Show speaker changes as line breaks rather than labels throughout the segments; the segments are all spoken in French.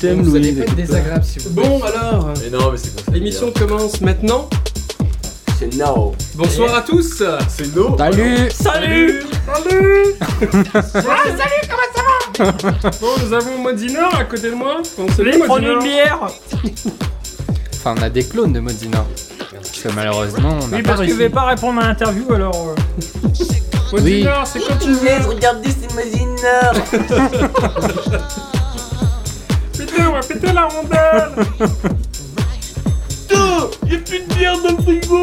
t'aime,
Vous allez pas
Louise.
être
écoute pas.
désagréable si vous
Bon alors,
Mais non, mais c'est pour ça.
l'émission commence maintenant.
c'est now.
Bonsoir à tous.
C'est no.
Salut Ah,
Salut Bon, nous avons Modinor à côté de moi. Bon, salut Modinor.
bière
Enfin, on a des clones de Modina. Parce que malheureusement, on a
Oui,
pas
parce que je vais
réussi.
pas répondre à l'interview alors. euh.
Modinor, c'est quand tu veux.
regardez, c'est Mazinor.
Péter, on va péter la
Euh,
rondelle. Putain, y'a plus de bière dans le frigo.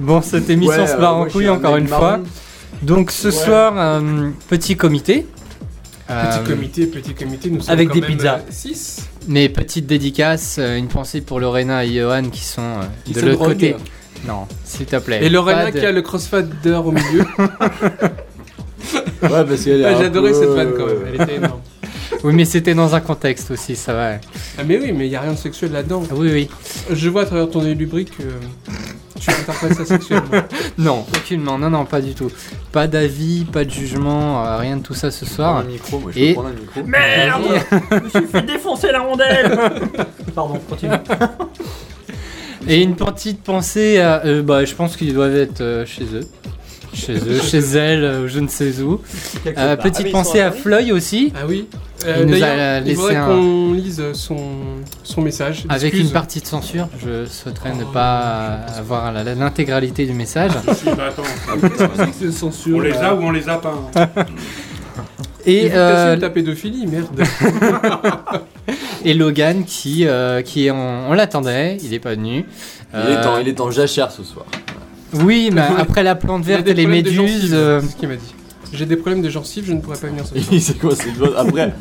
Bon, cette émission se
euh,
barre en couille encore une fois. Donc ce soir, un petit comité. Euh,
Petit comité, petit comité, nous sommes
Avec
quand
des
même,
pizzas.
euh, six.
Mes petites dédicaces, euh, une pensée pour Lorena et Johan qui sont euh,
Qui
de
se
l'autre
droguent.
côté. Non, s'il te plaît.
Et Lorena
pas de-
qui a le crossfader au milieu.
Ouais, parce que
Ah, J'ai adoré cette vanne quand
euh,
même, elle était énorme.
Oui, mais c'était dans un contexte aussi, ça va. Ah
Ah, mais oui, mais y a rien de sexuel là-dedans.
Oui, oui.
Je vois à travers ton élubrique que tu interprètes ça sexuellement.
Non, aucunement, non, non, pas du tout. Pas d'avis, pas de jugement, euh, rien de tout ça ce
Prends un
soir.
micro, moi je
Et-
peux prendre un micro.
Merde Je me suis fait défoncer la rondelle Pardon, continue.
Et une petite pensée à... euh, bah, je pense qu'ils doivent être euh, chez eux. Chez eux, chez elles, euh, je ne sais où. Euh, petite pensée à Floy aussi,
Ah oui
Il nous a
D'ailleurs, il
laissé
faudrait
un-
qu'on lise son, son message.
Avec
Excuse.
une partie de censure, je souhaiterais ne
Oh,
pas avoir la- la- l'intégralité du message.
Si, bah attends,
Qu'est-ce que c'est que cette censure
on les
là
a ou on les a pas. hein.
Et,
Et
euh,
ta pédophilie, merde.
et Logan qui, euh, qui est en- on l'attendait, il n'est pas venu.
Il est
Euh,
en, il est en jachère ce soir.
Oui, mais après la plante
J'ai
verte
des
et les
problèmes de
méduses,
gencives,
euh,
C'est ce qu'il m'a dit. J'ai des problèmes de gencives, je ne pourrais pas venir ce soir.
Il sait quoi, c'est le doigt- Après,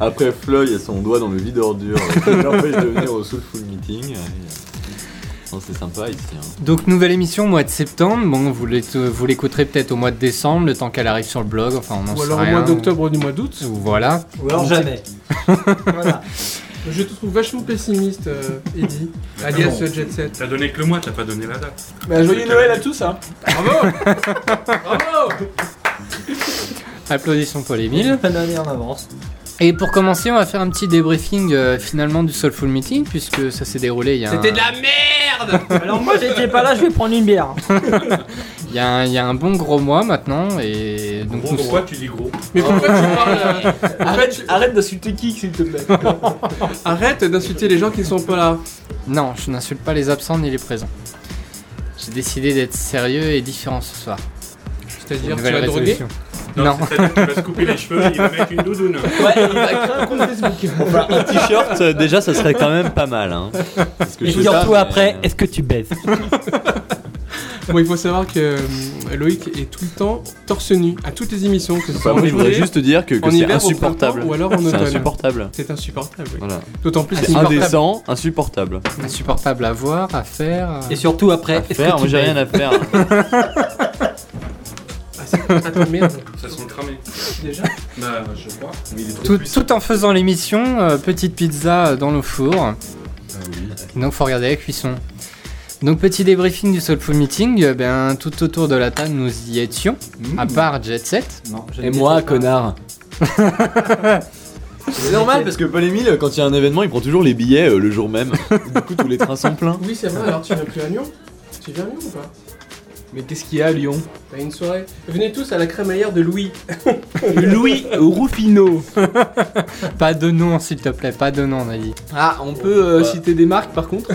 après Floyd a son doigt dans le vide ordure. Il l'empêche de venir au Soulful Meeting. Non, c'est sympa ici. hein.
donc nouvelle émission au mois de septembre. Bon, vous l'é- vous l'écouterez peut-être au mois de décembre, le temps qu'elle arrive sur le blog. Enfin, on en
Ou
sait
alors au
rien.
mois d'octobre du mois d'août.
Ou Voilà.
Ou alors jamais. voilà.
Je te trouve vachement pessimiste, euh, Eddie,
Ah
alias
bon.
Jet Set.
T'as donné que le mois, t'as pas donné la date.
joyeux Noël à tous, hein.
Bravo Bravo
Applaudissements pour les
Mille
mille.
pas d'année en avance.
Et pour commencer, on va faire un petit débriefing euh, finalement du Soulful Meeting puisque ça s'est déroulé il y a. un-
C'était de la merde
Alors moi j'étais pas là, je vais prendre une bière.
Il y, a un- il y a un bon gros mois maintenant et donc
Gros,
nous-
pourquoi tu dis gros
Mais pourquoi tu parles euh,
Arrête, arrête d'insulter qui, s'il te plaît.
Arrête d'insulter les gens qui ne sont pas là.
non, je n'insulte pas les absents ni les présents. J'ai décidé d'être sérieux et différent ce soir.
C'est-à-dire, tu
Nouvelle
vas droguer
résolution. Non.
Non, c'est-à-dire qu'il va se couper les cheveux, il va mettre une doudoune.
Ouais, il va créer un compte Facebook. Enfin, un t-shirt, euh, déjà, ça serait quand même pas mal. Hein. Parce que
Et
je sais pas,
surtout
mais- euh,
après, est-ce que tu baises
Bon, il faut savoir que euh, Loïc est tout le temps torse nu à toutes les émissions, que ce
Enfin,
soit
moi,
en
Bah je voudrais
été,
juste te dire que, que
en
c'est
hiver, au printemps,
insupportable.
ou alors en
C'est
automne.
insupportable.
C'est insupportable, oui.
Voilà.
D'autant plus
C'est
qu'il
indécent, insupportable.
Insupportable à voir, à faire. à-
Et surtout après,
À
est-ce
faire,
que
moi
tu
j'ai rien
baises
à faire.
Ah, c'est- attends, merde.
Ça sent cramé.
Déjà
Bah, je crois. Mais il est trop
Tout,
puissant.
tout en faisant l'émission, euh, petite pizza dans le
Ah
four. Donc faut regarder la cuisson. Donc petit débriefing du Soulful Meeting, euh, ben, tout autour de la table nous y étions,
Mmh.
à part Jet Set.
Non, je
Et
ne
moi,
déteste pas.
connard. C'est normal parce que Paul Émile, quand il y a un événement, il prend toujours les billets euh, le jour même. du coup, tous les trains sont pleins.
Oui, c'est vrai, alors tu viens plus à Lyon Tu viens à Lyon ou pas
Mais qu'est-ce qu'il y a à Lyon
T'as une soirée Venez tous à la crémaillère de Louis.
Louis Ruffino.
Pas de nom s'il te plaît, pas de nom on a dit.
Ah, on peut
euh,
citer des marques par contre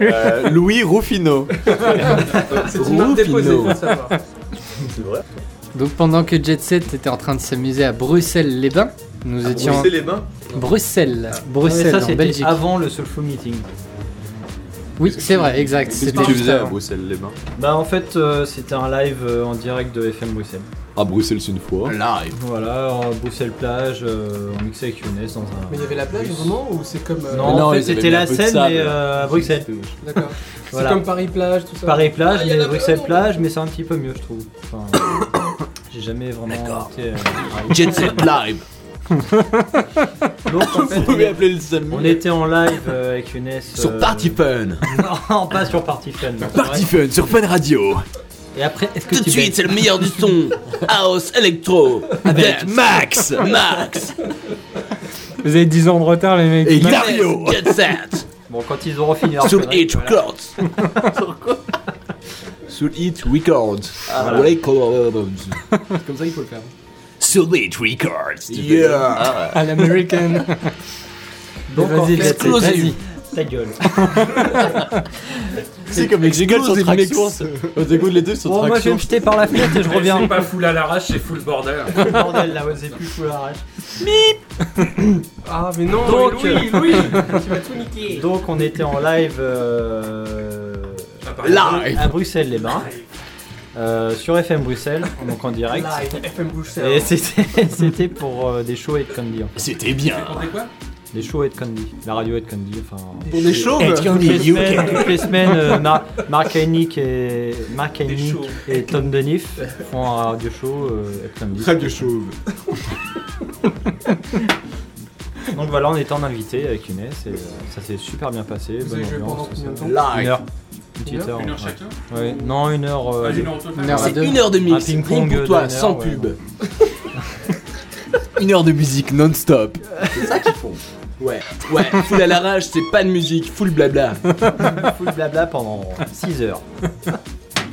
Euh,
Louis Ruffino.
Euh, C'est une marque déposée,
Ruffino.
faut le savoir.
C'est vrai.
Donc pendant que Jet Set était en train de s'amuser à Bruxelles-les-Bains, nous étions...
C'est les bains.
Bruxelles,
Ah.
Ouais, mais
Bruxelles
ça
en
c'était
Belgique.
avant le Soulful Meeting.
Oui c'est vrai, exact.
Qu'est-ce
C'était
que tu
juste
faisais à
avant.
Bruxelles les bains
Bah en fait euh, c'était un live euh, en direct de FM Bruxelles.
À Bruxelles c'est une fois. Live.
Voilà, en Bruxelles plage, euh, en mix avec Younes dans un...
Mais il y avait la plage
bus.
vraiment ou c'est comme. euh,
Non,
Non,
en fait
ils avaient
c'était
mis un
la
peu de
scène
sable.
mais euh, à Bruxelles.
D'accord.
Voilà.
C'est comme Paris plage, tout ça.
Paris plage,
Ah, il y
mais
en a pas
Bruxelles
autant.
plage, mais c'est un petit peu mieux, je trouve. Enfin, j'ai jamais vraiment
D'accord.
été. euh,
Jet Set Live.
Donc, en fait,
Vous pouvez
on,
appeler le samedi.
on était en live euh, avec Younes. euh,
Sur Party Fun.
Non, pas sur Party Fun. non,
Party
ouais.
Fun sur Fun Radio.
Et après, est-ce que
Tout de
tu
suite, c'est le meilleur du son. House Electro avec Max, Max
Vous avez 10 ans de retard, les mecs.
et
Max-
Dario. Get set.
Bon, quand ils auront
Ah,
fini leur
Soul
connerie,
Eat
voilà.
Records. Soul Eat Records. Records.
C'est comme ça qu'il faut le faire.
Soul Eat Records. Yeah. Ah
À l'American.
Donc, en
Vas-y,
fait,
let's go, vas-y.
Ta gueule.
C'est comme les
Explose
sur
et
traction. On dégoûte les deux sur
Bon, moi je vais
traction.
me jeter par la fenêtre et je
Mais
reviens.
Eh, C'est pas full à l'arrache, c'est full bordel.
Le bordel là, ouais, c'est plus fou l'arrache.
Ah, mais non,
Donc,
mais Louis, Louis Tu vas tout
Donc on était en live euh,
Ça paraît drôle.
Live.
à Bruxelles les bains. euh, sur FM Bruxelles, donc en direct.
FM
Et c'était c'était pour euh, des shows et de Candy. en fait.
C'était bien.
On fait quoi
Des shows et de Candy. La radio et de Candy. Enfin,
Pour des chauves
Ed
toutes,
Candy,
les
you
semaines, toutes les semaines, euh, Mar- Mark Hynek et, Mark
Des
Hynek
shows.
et Tom Denif font un radio show euh, et de Candy.
Radio chauve.
Donc voilà, on était en invité avec Inès et euh, ça s'est super bien passé.
Vous
bonne
avez joué pendant
ambiance. euh,
combien de temps
Une
Live.
heure. Une petite
Une
heure.
Une heure Ah,
ouais.
chacun
Ouais, Non, une heure. euh,
Vas-y, une heure au total.
Une heure.
C'est
deux.
une heure de
Un
mix.
ping-pong
Rien
de
pour toi,
une heure,
sans
ouais.
pub.
Une heure de musique non-stop.
Ouais, ouais. Full à l'arrache, c'est pas de musique, full blabla.
full blabla pendant 6 heures.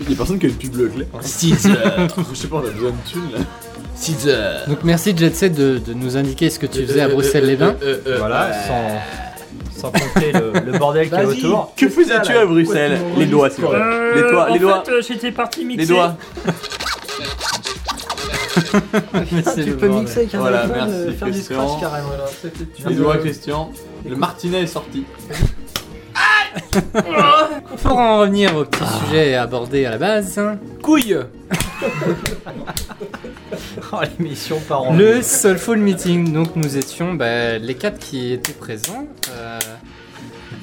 Il y a personne qui a une pub le clé.
6 heures.
Je sais pas, on a besoin de thunes là.
6 heures.
Donc merci Jet Set de, de nous indiquer ce que tu faisais à Bruxelles-les-Bains.
Euh, euh, euh,
voilà, sans, sans compter le, le bordel qu'il y a autour.
Que faisais-tu à Bruxelles Les doigts, c'est vrai. Les
Euh,
doigts, les doigts,
j'étais parti mixer.
les doigts.
euh, Ah,
C'est le bordel.
avec
un Voilà, iPhone, euh, merci, faire
faire
du
du
Christian.
scratch
scratch
carrément.
Les doigts, Christian. Le Martinet est sorti.
Pour en revenir au petit sujet abordé à la base, hein,
Couille.
Oh, l'émission par an.
le Soulful Meeting. Donc nous étions bah, les quatre qui étaient présents. euh,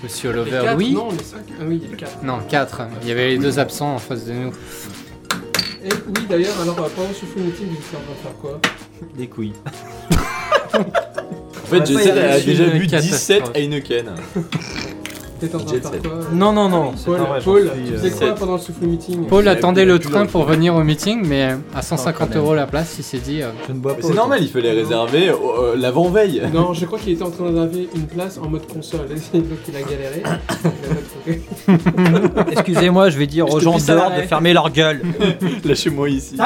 Monsieur Lover, oui.
Non, les 5. Ah oui, il y a les 4.
Non, quatre. Il y avait les deux absents en face de nous.
Et Eh oui, d'ailleurs, alors euh, pendant ce full meeting, vous êtes en train de faire quoi
Des couilles.
En
On
fait,
va
Jet
pas y
Set a
aller,
déjà
c'est une
bu
catastrophe.
17 Heineken.
T'es en train de
Jet
faire
set.
quoi euh,
Non, non, non, c'est
Paul,
pas vrai. j'en
Paul,
suis,
tu
euh,
faisais quoi
sept.
pendant le souffle meeting
Paul
Il a
attendait
plus
le
la plus
train
longue.
pour venir au meeting, mais à
Non,
150
quand même.
euros la place, il s'est dit euh,
Je ne bois pas.
Mais C'est
autant.
normal, il fallait réserver euh, l'avant-veille.
Non, je crois qu'il était en train d'enlever une place en mode console. Et donc il a galéré. Il a pas trouvé.
Excusez-moi, je vais dire aux gens dehors de fermer leur gueule.
Lâchez-moi ici.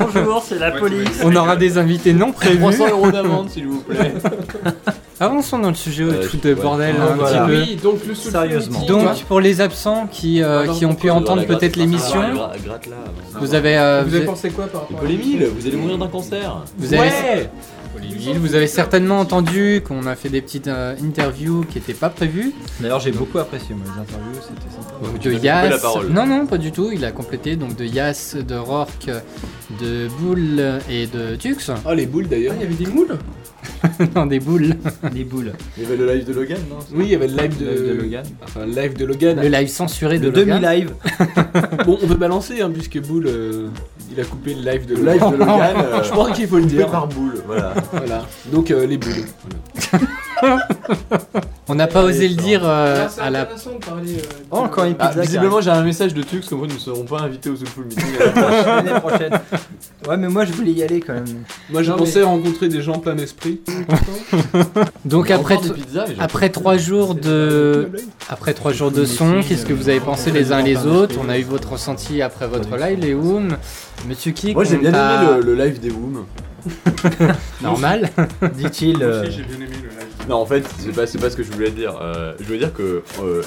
Bonjour, c'est la
Ouais, police.
on aura des invités non prévus.
300 euros d'amende, s'il vous plaît.
Avançons dans le sujet au
Euh,
truc de
ouais.
bordel
Ouais,
un
Ah, voilà.
petit peu.
Oui, donc le souffle
Sérieusement.
meeting.
Donc pour les absents qui, euh,
Alors,
qui ont pu
pourquoi
entendre peut-être l'émission,
Gratte là.
vous avez, euh,
vous
vous,
avez
avez,
pensé quoi par rapport à
les mille, vous allez mourir d'un cancer.
vous avez- Olivier, vous avez certainement entendu qu'on a fait des petites euh, interviews qui n'étaient pas prévues.
D'ailleurs, j'ai beaucoup apprécié moi, les interviews, c'était sympa.
Donc
tu
de
as coupé la
Yass.
parole.
Non non pas du tout. Il a complété donc de Yass, de Rourke, de Boule et de Tux.
Ah, les boules d'ailleurs.
Ah, il y avait des
Euh,
moules
non des boules.
Des boules.
Il y avait le live de Logan, non
Oui, il y avait le live de,
De Logan.
Enfin, le live de Logan.
Le live censuré de
Le
Logan.
demi-live.
Bon, on peut balancer, hein, puisque Boule, euh, il a coupé le live de
Le
Logan.
live de Logan. euh,
Je pense qu'il faut le
coupé
dire.
par boule, voilà.
Voilà. Donc, euh, les boules.
On n'a pas osé le
ça.
dire euh,
Ah, C'est
à la.
intéressant de parler. euh,
Oh, encore une
Ah,
pizza.
visiblement, j'ai un message de Tux comme quoi nous ne serons pas invités au Soulful Meeting.
carrément. L'année prochaine. Ouais, mais moi je voulais y aller quand même.
Moi, j'ai
Non,
pensé rencontrer des gens plein d'esprit.
Donc après t-
pizza,
après trois jours de après trois jours de son, qu'est-ce que vous avez pensé les uns les autres On a eu votre ressenti après votre live, les Woom, Monsieur Kik.
Moi, j'ai
on
bien
t'a-
aimé le, le live des Woom.
normal.
Dit-il.
Moi
euh,
aussi, j'ai bien aimé le live.
Non, en fait, c'est pas, c'est pas ce que je voulais dire. Euh, je voulais dire que. euh,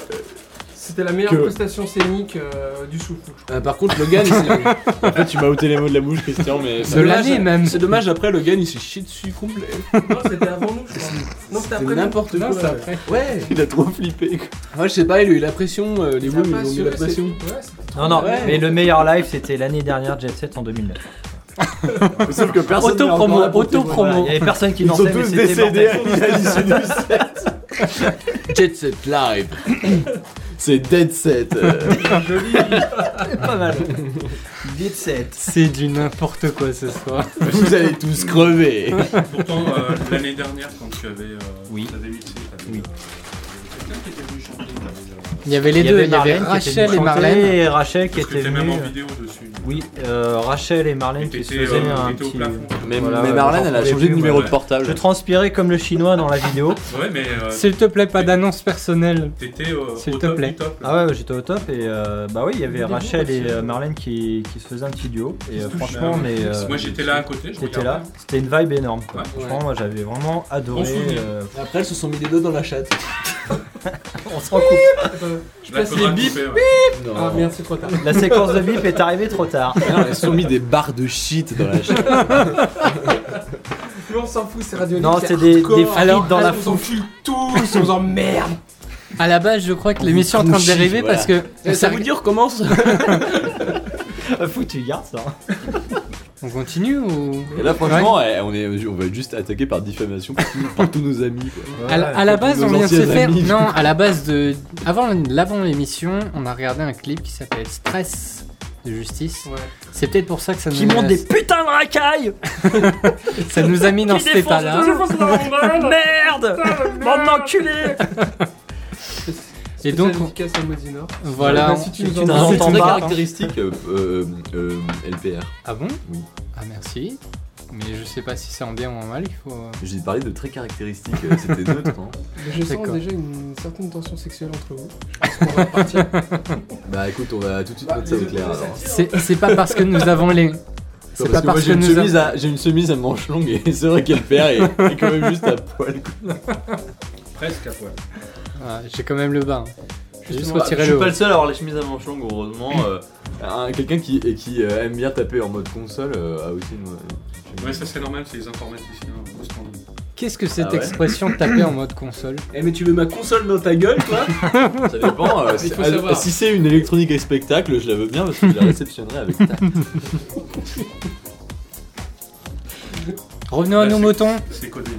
C'était la meilleure
Que-
prestation scénique euh, du souffle.
Euh, par contre, Logan, il s'est-
en fait, tu m'as ôté les mots de la bouche, Christian, mais.
De l'année même.
c'est dommage, après, Logan, il s'est chié dessus complet.
Non, c'était avant nous, je crois. Non, c'était
C'est
après nous.
n'importe quoi.
Non, c'est après.
Ouais.
Il a trop flippé. quoi.
Ouais, je sais pas, il a eu la pression, euh, les
Ça
boules, ils
passe,
ont mis la
ouais,
pression.
c'est- ouais, c'est-
Non, non,
Ouais.
mais le meilleur live c'était l'année dernière Jet Set en 2009.
Sauf que personne. n'a
Auto-promo,
encore apporté-
Voilà, Il
auto-promo.
y avait personne qui
Ils sont
dansait, mais
tous
c'était
décédés
mortel.
à l'issue du set.
Jet Set Live.
C'est dead set. euh.
pas mal. Jet Set.
C'est du n'importe quoi ce soir.
Vous allez tous crever.
Pourtant, euh, l'année dernière, quand tu avais. euh,
Oui.
t'avais huit, t'avais,
Oui.
euh, quelqu'un qui était venu chanter. euh,
Il y avait les
Il y
deux,
avait
il y avait
Marlène qui était
Rachel
venue
et
chanter
Marlène.
et Rachel qui
Parce que
était euh,
t'es même en
venue.
vidéo dessus.
Oui, euh, Rachel et
Et
Marlène qui se
t'étais
faisaient
euh,
un
t'étais au
petit.
plafond.
Mais,
Voilà,
mais
ouais,
Marlène,
j'en
elle a
pouvais
changé de
plus,
numéro
ouais.
de portable.
Je transpirais comme le chinois dans la vidéo.
Ouais, mais euh,
S'il te plaît, pas d'annonce personnelle.
t'étais euh, au
S'il te
top
plaît.
du top.
Ah ouais, j'étais au top et euh, bah oui, il y avait Rachel et euh, Marlène qui, qui se faisaient un petit duo. Et euh, franchement, mais. euh,
Moi j'étais là à côté, je
J'étais
regardais.
là, c'était une vibe énorme. quoi.
Ouais.
Franchement, moi j'avais vraiment adoré.
Bon souvenir.
euh,
Après, elles se sont mis les doigts dans la chatte.
on se rend compte.
Je passe les bips.
Euh, Ah merde, c'est trop tard.
La séquence de bip est arrivée trop tard.
elles sont mis des barres de shit dans la chaîne.
Mais on s'en fout, c'est Radio
Non,
Libre,
c'est des-
hardcore.
des frites
Alors,
dans la
On s'en fout tous, on s'emmerde.
À la base, je crois que
On
l'émission est en
vous
train de
crie,
dériver
voilà.
parce que on,
Ça
s'est-
vous dire comment ça
Fou, tu gardes ça.
on continue ou
Et là, franchement, eh, on, est, on va être juste attaqué par diffamation par, tous- par tous nos amis. Quoi.
à, la- à la base,
nos
on vient de se
anciens
faire.
amis.
Non, à la base de avant l'avant l'émission, on a regardé un clip qui s'appelle Stress de Justice.
Ouais.
C'est peut-être pour ça que ça
Qui
nous
montent des putains de racailles
ça nous a mis dans
Qui
cet
défoncent
état-là.
toujours sur la rondelle. Merde Bande d'enculés
Et donc, on-
dédicace à Mosinor.
Voilà.
Bah, si tu
C'est
nous
une
entends-
C'est
C'est
en
une
bas.
caractéristique euh, euh, euh, LPR.
Ah bon
Oui.
Ah merci. Mais je sais pas si c'est en bien ou en mal. Il faut. euh,
J'ai parlé de très caractéristique, euh, c'était neutre. Hein.
Je sens
D'accord.
déjà une certaine tension sexuelle entre vous. Je pense qu'on va partir.
Bah écoute, on va tout de suite mettre ça au clair. alors.
C'est c'est pas parce que nous avons les.
Parce
C'est pas
que moi
parce que
j'ai une,
nous
chemise
avons.
à- j'ai une chemise à manches longues et c'est vrai qu'LPR est, est quand même juste à poil. quoi.
Presque à poil.
Ah, J'ai quand même le bas. hein. J'ai juste
Bah, je
retiré
suis
le.
pas
haut.
le seul à avoir les chemises à manches longues, heureusement. euh, un- Quelqu'un qui, et qui euh, aime bien taper en mode console euh, a aussi une. une chemise.
Ouais, ça c'est normal, c'est les informaticiens. euh, on se prend.
Qu'est-ce que cette
Ah ouais
expression taper en mode console
Eh, mais tu veux ma console dans ta gueule, toi
Ça dépend. euh, si,
faut
ah,
savoir.
si c'est une électronique et spectacle, je la veux bien parce que je la réceptionnerai avec ta.
Revenons à
Là,
Bah,
nos
c'est-
moutons.
C'est codé.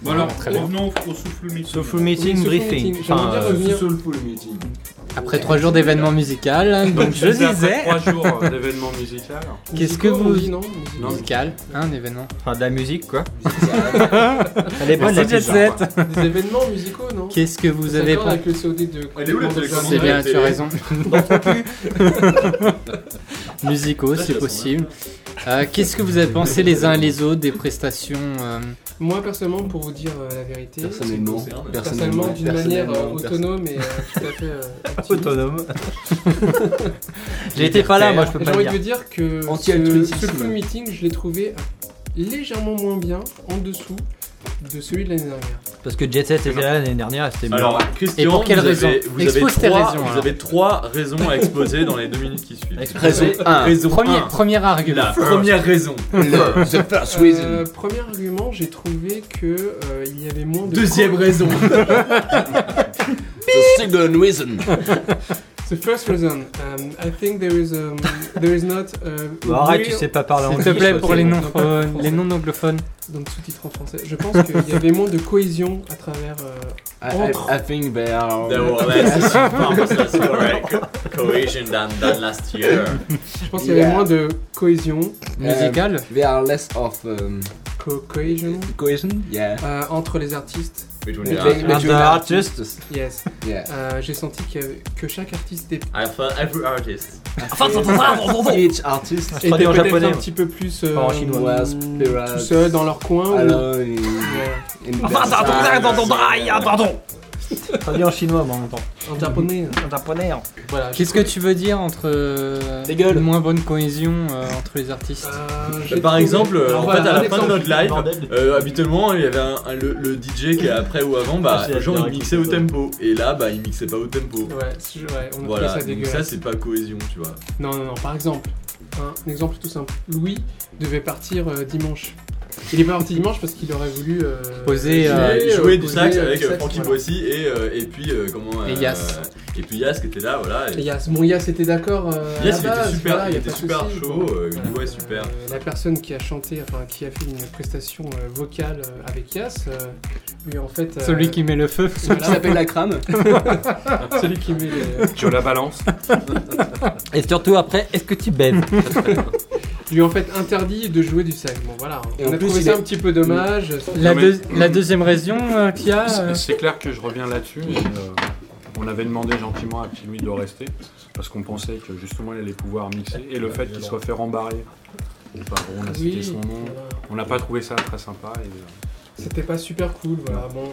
Bon alors,
très bien.
revenons au souffle meeting.
Soulful meeting,
Oui, soulful
briefing.
meeting. J'aimerais
Enfin,
bien
euh,
revenir.
Soulful meeting.
Après trois jours d'événements musicaux, hein, donc je
Après
disais.
Trois jours euh, d'événements musicaux.
Qu'est-ce que
Musicaux, on
vous-
dit non Musicaux.
Musical, Ah, un événement.
euh, enfin, de la musique quoi. Elle est bonne la
Jet
musique.
Set.
Des événements musicaux, non
Qu'est-ce que vous
Ça
avez
s'accorde
pas
avec le COD de.
Elle est où, la télécommande
C'est bien, tu as
télé.
raison. Musicaux, c'est possible. Euh, Qu'est-ce que vous avez pensé les uns et les autres des prestations euh,
Moi, personnellement, pour vous dire euh, la vérité,
Personnellement,
personnellement, d'une manière euh, autonome et euh, tout à fait euh, active.
Autonome. J'étais pas là, moi je peux
Et J'ai
pas
envie
le
de vous
dire.
dire que ce,
Anti-altruisme.
ce full meeting, je l'ai trouvé légèrement moins bien, en dessous de celui de l'année dernière.
Parce que Jet Set était là l'année dernière, c'était mieux.
Alors, Christian,
Et pour quelle
vous
raison
avez, vous avez
Expose tes
trois,
raisons,
Vous
alors.
avez trois raisons à exposer dans les deux minutes qui suivent.
Exposé.
Raison 1. Raison
Premier,
un.
premier argument.
La première raison.
Euh, premier argument, j'ai trouvé que euh, il y avait moins de.
Deuxième
co-
raison.
The second reason.
The first reason, um, I think there is um, there is not. uh,
Bah, Arrête,
real-
tu sais pas parler
S'il
anglais.
te plaît,
je
pour
sais,
les
non,
non,
non, pas français.
les non anglophones.
Donc sous-titre en français. Je pense qu'il y avait moins de cohésion à travers. euh,
I, I- I think they are.
Cohesion than, than last year.
je pense qu'il y avait
Yeah.
moins de cohésion,
Musical.
They are less of um,
co- cohésion
cohesion. Yeah.
euh, entre les artistes.
Between
the
the-
Between
Under artists.
Yes.
Yeah.
Euh, j'ai senti qu'il y avait- que chaque artiste était,
I found every artist.
Each artist
était
traduit en
peut-être
japonais,
un
ouais.
petit peu plus euh,
Pas en chinois.
euh, tout seul dans leur coin. ou-
alone in,
Ouais.
in their
Traduit en chinois, moi en même temps.
En japonais. hein.
En japonais. hein.
Voilà.
Qu'est-ce que tu veux dire entre euh,
Des gueules.
moins bonne cohésion euh, entre les artistes
Euh,
Bah,
j'ai
Par
trouvé-
exemple, euh,
Alors,
en
voilà,
fait, à
un
la fin de
exemple.
notre live, euh, habituellement, il y avait un, un- le, le DJ qui, après ou avant, bah,
Ah, c'est
genre,
la
il mixait au tempo. Et là, bah, il mixait pas au tempo.
Ouais, c'est- ouais, on a
Voilà,
trouvé
donc
ça dégueulasse.
ça, c'est pas cohésion, tu vois.
Non, non, non, par exemple, un, un exemple tout simple. Louis devait partir euh, dimanche. Il est pas parti dimanche parce qu'il aurait voulu euh,
Poser,
Il
euh,
jouait
euh,
joué du
poser,
sax
euh,
avec
du
euh,
sax,
Frankie
voilà.
Boissy et, euh, et puis euh, comment
Et
euh,
Yass.
et puis Yass qui était là voilà
Et
et-
Yass, bon Yass était d'accord. euh, à
Yass, il était
la base,
super-
voilà,
il
y a
était
pas de
super
souci.
chaud, euh, il jouait super.
la personne qui a chanté, enfin qui a fait une prestation euh, vocale euh, avec Yass, euh, lui en fait. euh,
Celui qui met le feu.
voilà,
s'appelle la crame.
celui qui met les-
Je la balance.
Et surtout après, est-ce que tu baises
lui en fait interdit de jouer du sax. Bon voilà,
Et
on
en
a
plus,
trouvé
il
ça
est- Ah,
un petit peu dommage.
La,
Non,
deux-
mais-
la deuxième raison euh, qu'il y a.
C'est-
euh,
C'est clair que je reviens là-dessus. et, euh, on avait demandé gentiment à Petit Louis de rester parce qu'on pensait que justement il allait pouvoir mixer et le fait qu'il soit fait rembarrer. au Pavron, on a cité
Oui,
son nom.
voilà.
On n'a pas trouvé ça très sympa. et, euh,
c'était pas super cool. Voilà, bon.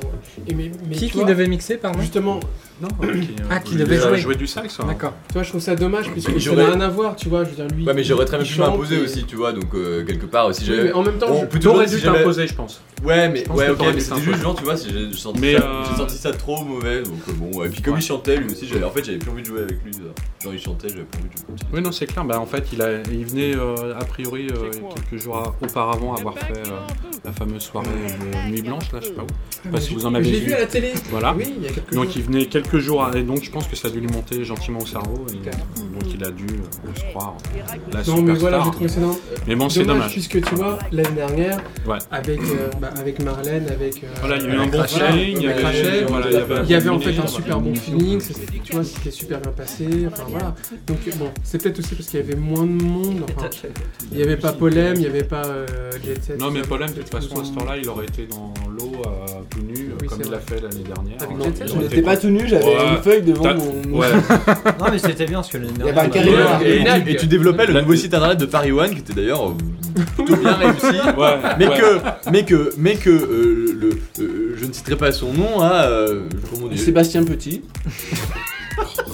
Et mais, mais
qui
tu
qui
vois,
devait mixer, pardon
Justement,
non, euh, qui, euh,
Ah, qui
il
devait
a
jouer.
joué du sax. hein.
D'accord.
tu vois, je trouve ça dommage puisque ça
j'aurais-
n'a rien à voir, tu vois. Je veux dire, lui.
Ouais, mais j'aurais très bien
il
pu
chante
m'imposer
et-
aussi, tu vois, donc euh, quelque part, si
Oui,
j'avais.
mais en même temps,
On
je-
peut
T'aurais
toujours dire
dû
si j'avais-
t'imposer, je pense.
Ouais, mais,
pense
ouais,
que
ok,
t'aurais
mais
été
c'était
sympa.
juste genre, tu vois, c'est- j'ai senti,
Mais,
ça,
euh,
j'ai senti ça trop mauvais, donc euh, bon, ouais. Puis comme il chantait, lui aussi, j'avais, en fait, j'avais plus envie de jouer avec lui. euh. Genre, il chantait, j'avais pas envie de jouer avec lui.
Oui, non, c'est clair. Bah, en fait, il, a, il venait euh, a priori euh, quelques jours a- auparavant avoir fait euh, la fameuse soirée de Nuit Blanche, là, je sais pas où. Je sais pas si vous en
Je
avez
l'ai
vu.
vu à la télé.
Voilà.
Ah,
Oui, il y a quelques jours.
Donc il venait quelques jours, et donc je pense que ça a dû lui monter gentiment au cerveau, et donc il a dû euh, se croire la
Non, mais
superstar.
voilà, j'ai trouvé ça dommage.
Mais bon, c'est
dommage,
dommage.
puisque tu vois, l'année dernière,
Ouais.
avec, euh, bah, avec Marlène, avec. euh,
Voilà, il y a eu un bon
Crachet,
feeling, il y avait-
Crachet,
voilà, il y avait un
il y avait en
bon
fait un
feeling.
super bon feeling, c'est- tu vois, c'était super bien passé, enfin voilà. Donc bon, c'est peut-être aussi parce qu'il y avait moins de monde, enfin, il n'y avait pas Polem, il n'y avait pas euh, Jet Set,
Non, mais
tout ça.
Paulem, de toute façon, à ce temps-là, il aurait été dans l'eau euh, tout nu, euh,
Oui,
comme
c'est
il l'a
vrai.
fait l'année dernière.
Avec
Non,
Jet Set,
il
je
Je
aurait
n'étais
été-
pas tout nu, j'avais
Ouais.
une feuille devant
T'as-
mon.
Ouais,
Non, mais c'était bien parce que l'année
y avait
dernière.
un carré
on avait-
noir.
Et,
Et
tu-
Nag.
et tu développais le nouveau site internet de Paris One, qui était d'ailleurs euh, plutôt bien réussi.
ouais,
Mais
ouais.
que, mais que, mais que, euh, le, euh, je ne citerai pas son nom, à euh, comment dire,
Sébastien Petit.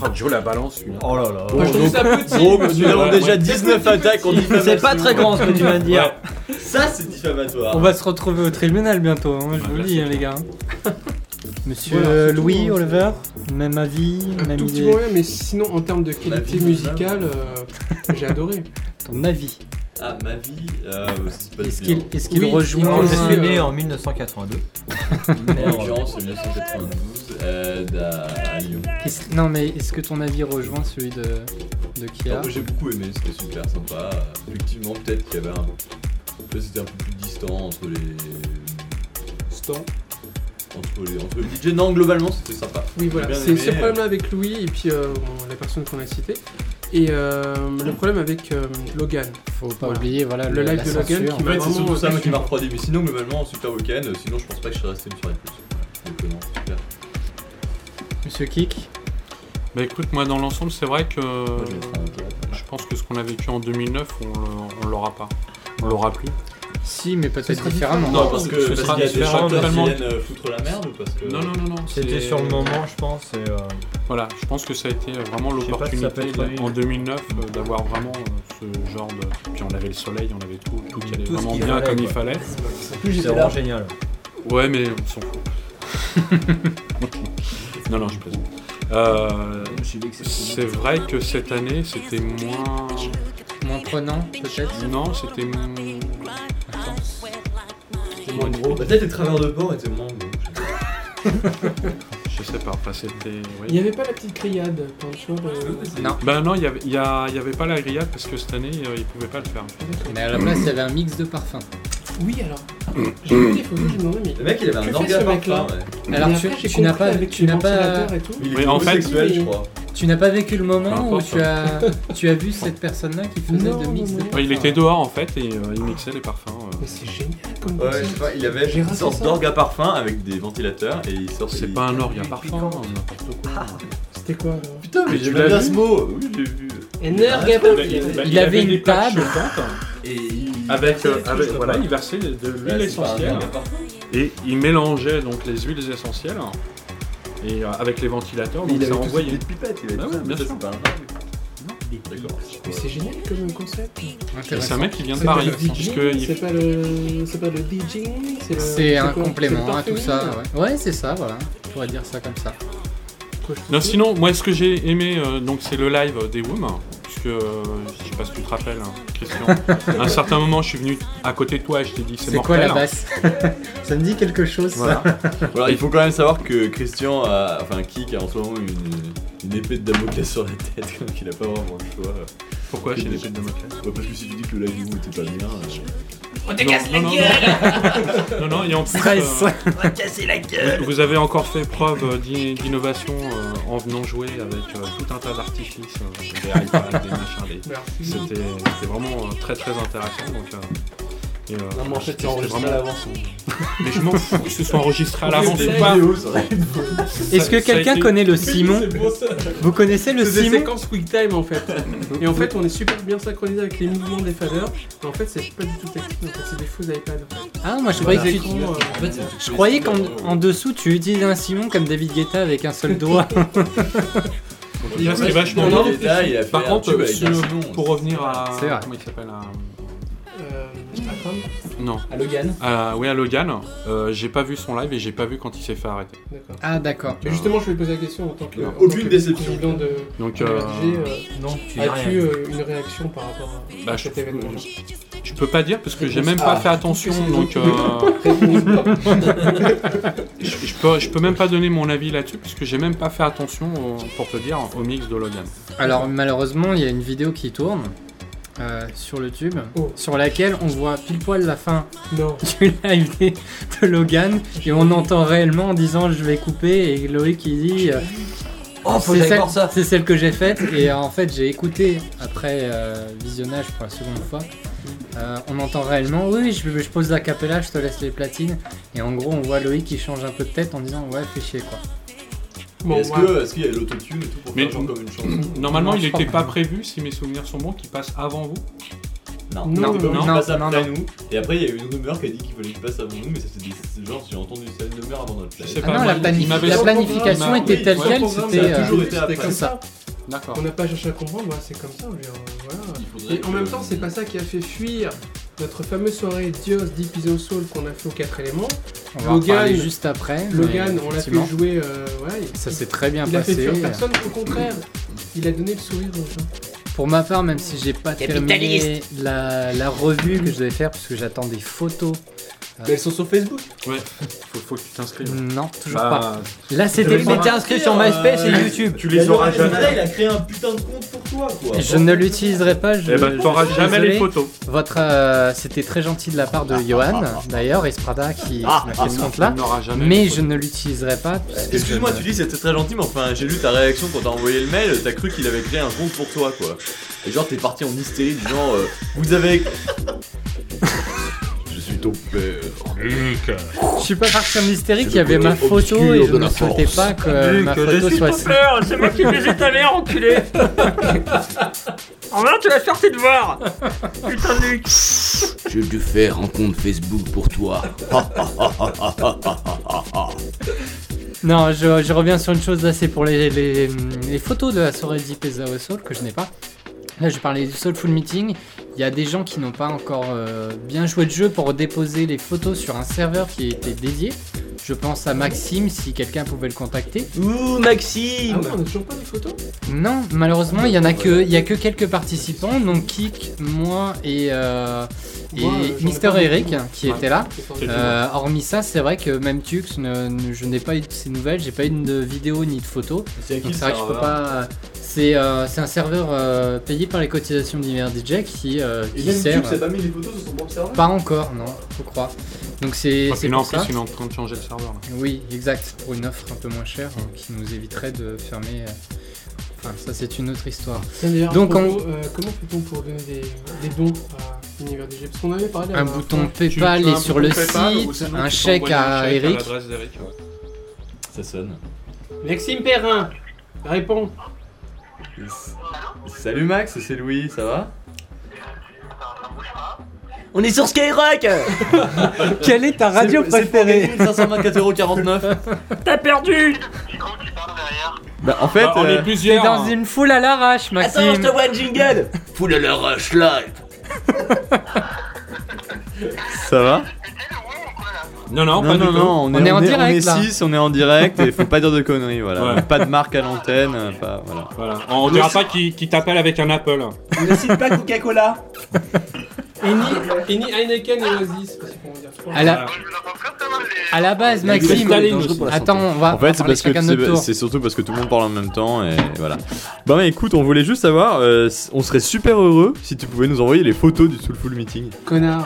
Oh, Joe la balance, lui.
Oh là là.
Moi, je trouve ça petit.
Gros, nous avons
Ouais,
déjà
ouais.
19 attaques en diffamation.
C'est pas très grand ce que tu viens de dire.
Ça, c'est diffamatoire.
On va se retrouver au tribunal bientôt, hein, je
Bah,
vous le
là,
dis,
c'est
hein, les gars. Monsieur
Voilà,
euh,
c'est tout,
Louis,
hein.
Oliver, même avis,
Un
même
tout petit
idée.
moyen, mais sinon en termes de qualité
vie,
musicale, euh, j'ai adoré.
Ton avis.
Ah, ma vie, euh, c'est pas
Est-ce
bien.
qu'il est-ce qu'il
Oui,
rejoint.
il
Je
est-
suis né en 1982.
En l'occurrence, c'est 1992, euh, d'à- à Lyon.
est-ce- Non, mais est-ce que ton avis rejoint celui de, de Kia
Alors, J'ai beaucoup aimé, c'était super sympa. Effectivement, peut-être qu'il y avait un. peut-être C'était un peu plus distant entre les.
Stan.
Entre les, entre les DJ. Non, globalement, c'était sympa.
Oui, voilà,
Bien
c'est
aimé.
ce problème-là avec Louis et puis euh, bon, la personne qu'on a citée. Et euh, le problème avec euh, Logan.
Faut pas
Voilà.
oublier, voilà,
Le
la
live de Logan
censure.
qui
En fait, c'est
Vraiment,
surtout ça
euh,
moi, qui m'a refroidi. Mais sinon, globalement, super week-end. Euh, Sinon, je pense pas que je serais resté une soirée de plus. Voilà. Donc, euh, non, super.
Monsieur Kik,
Bah écoute, moi, dans l'ensemble, c'est vrai que
Moi, je vais être un quatre.
je pense que ce qu'on a vécu en 2009, on le- on l'aura pas. On l'aura plus.
si, mais peut-être
sera
différemment.
Non, parce
ce
que parce
sera
qu'il y a des
différent,
chanteurs
totalement.
qui viennent euh, foutre la merde ou parce que.
Non, non, non, non.
C'était
c'est-
sur le moment, je pense. Et, euh,
Voilà, je pense que ça a été euh, vraiment
Je sais pas si ça peut
l'opportunité
être
là,
réglé.
en 2009 euh, d'avoir vraiment euh, ce genre de. Puis on avait le soleil, on avait tout, tout qui allait
Tout ce
vraiment
qui
bien
allait,
comme
quoi.
il fallait.
Plus
c'était
j'étais
vraiment
là.
génial.
Ouais, mais on s'en fout. non, non, je plaisante. Euh, c'est vrai que cette année, c'était moins.
Moins prenant, peut-être.
Non, c'était moins. Attends. C'était moins
Bon, bah, Peut-être les travers de bord étaient moins bons.
Je sais pas, enfin c'était. oui.
Il n'y avait pas la petite criade, pas le choix. euh,
Non,
Ben non, il n'y avait, il y a- il y avait pas la grillade parce que cette année, euh, ils pouvaient pas le faire.
mais à la place, il y avait un mix de parfums.
Oui, alors, j'ai vu des photos, je me demandais, mais.
Le mec, il avait
Que
un
fait
orgasme
ce mec-là
parfum, ouais.
Alors,
Mais
tu,
après, j'ai
tu n'as
compris
pas,
avec
tu
les
n'as pas,
ventilateurs et tout.
Il
Mais
est
en fait-
homosexuel, je crois.
tu n'as pas vécu le moment
Peu
où
importe, hein.
tu as, tu as vu cette personne-là qui faisait
Non,
de mix
non,
de
non.
Ouais, il
parfums.
était dehors en fait et euh, il mixait les parfums. euh.
Mais c'est génial comme
Ouais, je
concept.
sais pas, il avait
J'ai
une
raté
sorte
ça.
d'orgue à parfum avec des ventilateurs et il sort.
C'est
il-
pas un orgue à parfum, euh. n'importe quoi.
C'était quoi alors
Putain, mais
Tu
j'aime
l'as
bien
vu
ce mot. Oui, j'ai vu.
Ah,
Bah,
Il avait une
des hein. plaques
table.
chauffantes
Et il-
avec, euh, avec
Ouais,
voilà, il versait de de
c'est pas un
l'huile essentielle
orgue à parfum.
et il mélangeait donc les huiles essentielles hein, et euh, avec les ventilateurs
Mais
donc
il
ça
avait toutes
renvoyait.
des pipettes, il avait
Bah
tout
ouais,
ça,
bien
mais ça,
sûr.
c'est pas un orgue. D'accord.
Mais c'est génial comme concept.
Et C'est un
Intéressant.
mec qui vient de
C'est pas
Paris
le
puisque
DJing,
il-
C'est pas le. C'est pas le DJing, c'est le-
C'est un
quoi
complément à
C'est le
tout ça.
parfuming
Ouais, Ouais, c'est ça, voilà. On pourrait dire ça comme ça.
Quoi, je te
Non,
dis
sinon, moi, ce que j'ai aimé, euh, donc, c'est le live euh, des Woom, puisque euh, je sais pas si tu te rappelles, hein, Christian. à un certain moment, je suis venu à côté de toi et je t'ai dit que c'est
C'est quoi
mortel. hein.
la basse Ça me dit quelque chose. ça.
Voilà.
Alors, il faut quand même savoir que Christian a. Enfin, Kik a en ce moment une, une épée de Damoclès sur la tête, donc il a pas vraiment le choix.
Pourquoi j'ai des épées de Damoclès
Ouais, parce que si tu dis que le live du goût était pas bien, euh,
On te
Non,
casse la
non, non,
gueule
Non, non, et en plus,
Stress.
euh,
On va te casser la gueule
vous avez encore fait preuve euh, d'in- d'innovation euh, en venant jouer avec euh, tout un tas d'artifices, euh, des iPads, des machins, des-
Merci.
C'était c'était vraiment euh, très très intéressant. Donc, euh, et, euh,
Non, mais en fait, c'est
c'était
enregistré à
vraiment-
l'avance.
Mais je m'en fous que ce soit enregistré à l'avance
C'est
ou pas.
Est-ce que
Ça- ça a
quelqu'un
été-
connaît le Simon Vous connaissez le
C'est des
Simon
séquences QuickTime en fait. Et en fait, on est super bien synchronisé avec les mouvements des faders. Mais en fait, c'est pas du tout tactile, en fait, c'est des faux iPads.
Ah, moi je croyais que tu.
Écran, euh,
Je croyais qu'en en dessous tu utilisais un Simon comme David Guetta avec un seul doigt.
Donc, là, c'est vachement bien.
Non, non.
il a fait
Par
un
contre, euh,
tube avec
sur-
un Simon.
pour revenir à.
C'est vrai.
Comment il s'appelle à-
euh,
Non.
À Logan.
à- oui, à Logan. euh, j'ai pas vu son live et j'ai pas vu quand il s'est fait arrêter.
D'accord.
Ah, d'accord.
Mais justement, je vais poser la question en tant que. en tant
Aucune
que
déception.
président de.
Donc,
de
euh,
RG, euh,
Non, tu dis rien.
As-tu euh, une réaction par rapport à
Bah,
cet
je-
événement
je peux pas dire parce que j'ai même pas fait attention. Donc, euh, je, je peux, je peux même pas donner mon avis là-dessus parce que j'ai même pas fait attention au- pour te dire au mix de Logan.
Alors malheureusement, il y a une vidéo qui tourne euh, sur le tube,
Oh.
sur laquelle on voit pile poil la fin
Non.
du live de- de Logan et on entend réellement en disant je vais couper et Loïc qui dit euh,
Oh, faut que
c'est
j'aille
celle,
voir ça.
c'est celle que j'ai faite et euh, en fait j'ai écouté après euh, visionnage pour la seconde fois. Euh, on entend réellement oui oui, je, je pose la capella, je te laisse les platines et en gros on voit Loïc qui change un peu de tête en disant ouais fais chier quoi.
Bon,
Est-ce
voilà.
que- est-ce qu'il y a l'autotune et tout pour
Mais-
faire genre comme une chanson
Normalement,
Non,
il
je
était
crois
pas prévu, si mes souvenirs sont bons, qu'il passe avant vous.
Non,
Non,
non, non,
non,
il passe
non,
après nous. Et après, il y a eu une rumeur qui a dit qu'il fallait qu'il passe avant nous, mais ça c'était des- genre, j'ai entendu une scène de mer avant notre
Je
place.
sais
Ah
pas,
non,
moi,
la,
il
planif-
m'avait-
la
il m'avait-
planification
il
était telle
m'avait-
quelle,
ouais,
c'était
ça a
euh,
toujours été
C'était
après.
comme ça.
D'accord.
On n'a pas cherché à comprendre, voilà, c'est comme ça. on lui en- voilà.
Il faudrait
Et en
que-
même temps, c'est pas ça qui a fait fuir notre fameuse soirée Dios Deep is the Soul qu'on a fait aux 4 éléments.
on va en
Logan-
parler juste après. mais
Logan, on l'a
effectivement,
fait jouer. euh, voilà, il-
Ça s'est très bien
il a fait
passé.
fuir personne, au contraire. Il a donné le sourire aux gens.
Pour ma part, même si j'ai pas terminé
Capitaliste.
la, la revue que je devais faire, parce que j'attends des photos.
Mais elles sont sur Facebook.
Faut, faut que tu t'inscrives.
Non, toujours Mm, pas.
Bah,
Là, c'était
Mais
pas.
t'es inscrit sur MySpace et YouTube.
Tu
Il
les auras jamais.
Il a créé un putain de compte pour toi, quoi.
Je ne l'utiliserai pas. Je,
eh ben, t'auras
je suis
jamais
désolé.
les photos.
Votre, euh, c'était très gentil de la part de Johan, d'ailleurs, et Sprada qui, qui m'a fait ce compte-là.
Tu n'auras jamais les
Mais
photos.
je ne l'utiliserai pas. parce que
Excuse-moi,
je
tu
ne-
dis c'était très gentil, mais enfin, j'ai lu ta réaction quand t'as envoyé le mail, t'as cru qu'il avait créé un compte pour toi, quoi. Et genre, t'es parti en hystérie du genre, euh, vous avez. Je suis ton père.
Je suis pas parti en hystérique,
C'est
il y
le
avait
côté
ma photo
obscur
et je
de
ne
la
souhaitais
force.
pas que ma photo soit.
c'est moi qui faisais ta mère, enculé En main, tu vas faire tes devoirs Putain de Luc
J'ai dû faire un compte Facebook pour toi.
Non, je, je reviens sur une chose là, c'est pour les, les, les photos de la soirée Deep Is Our Soul que je n'ai pas. Là, je parlais du Soulful Meeting. Il y a des gens qui n'ont pas encore euh, bien joué le jeu pour déposer les photos sur un serveur qui était dédié. Je pense à Maxime, si quelqu'un pouvait le contacter.
Ouh,
Ah
Maxime
bah.
ouais, on a toujours pas les photos
Non, malheureusement, il y en a que, il y a que quelques participants, donc Kik, moi et, euh, et
Moi, euh, j'en ai
Mister
pas
Eric hein,
beaucoup.
qui était là.
C'est pas-
C'est-
Euh, hormis ça, c'est vrai que même Tux, ne- ne- je n'ai pas eu de ses nouvelles, j'ai pas eu de vidéo ni de photos.
C'est à qui
Donc
le
c'est vrai que je peux
serveur
pas. C'est euh, c'est un serveur euh, payé par les cotisations d'hiver DJ qui, euh,
Et
qui
même
sert.
YouTube, ça a pas mis les photos sur son propre serveur
Pas encore, non, faut croire. Donc c'est
Ah,
c'est
puis là, en
pour
plus,
ça.
il est en train de changer le serveur. là.
Oui, exact, pour une offre un peu moins chère euh, qui nous éviterait de fermer. euh, Enfin, ça c'est une autre histoire.
Tiens, d'ailleurs,
Donc,
à
on-
propos, euh, comment fait-on pour donner des, des dons à l'univers des jeux Parce qu'on avait parlé
Un
la-
bouton
Tu-
PayPal
tu as
est
un
sur
bouton
le
PayPal, ou
site,
sinon, tu
un
peux
chèque
envoyer un
à
chèque
Eric.
l'adresse d'Eric, ouais.
Ça sonne.
Maxime Perrin Réponds
Salut Max, c'est Louis, ça va
On est sur Skyrock
Quelle est ta radio préférée
524,49€
T'as perdu
Bah en fait,
Bah, on
euh,
est plusieurs.
Dans
hein.
une foule à l'arrache, Maxime.
Attends, je te vois un jingle
Foule à l'arrache live
ça va
Non, non, pas
Non,
du
non,
tout.
non, on,
On est en direct,
On
là.
est 6, on est en direct et faut pas dire de conneries, voilà.
Ouais.
Pas de marque à l'antenne, euh, pas, voilà.
Voilà. On dira pas qu'il qu'il t'appelle avec un Apple.
Ne cite pas Coca-Cola
Et ni, et ni Heineken et Oasis, parce qu'on va dire trois.
À la... à la base, Maxime.
cristalline,
donc-
dangereux pour la
Attends, on va.
En
Ah, on va
fait, c'est
parler
parce que
chacun de notre
c'est-
tour.
c'est surtout parce que tout le monde parle en même temps et voilà. Bah mais écoute, on voulait juste savoir, euh, s- on serait super heureux si tu pouvais nous envoyer les photos du Soulful Meeting.
Connard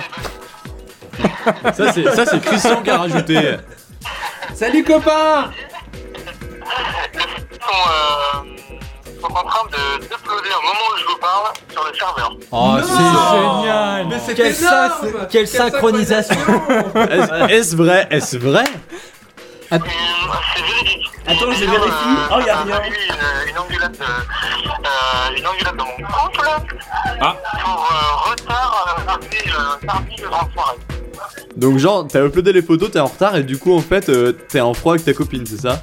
Ça, c'est ça, c'est Christian qui a rajouté.
Salut copain
Ils euh, sont en train de d'uploader au moment où je vous parle sur le serveur.
Oh,
Non
c'est.
Génial
Mais c'est
Quelle
énorme
syn- quelle synchronisation
Est-ce est-ce vrai Est-ce vrai
Et, euh, C'est véridique.
Attends, je
Ils ont,
vérifie. Oh,
euh,
y a
un
rien.
mari, Une, une engueulade, euh, euh, une engueulade dans mon couple
Ah.
pour euh, retard euh, mardi, euh, mardi de grande soirée.
Donc, genre, t'as uploadé les photos, t'es en retard et du coup, en fait, euh, t'es en froid avec ta copine, c'est ça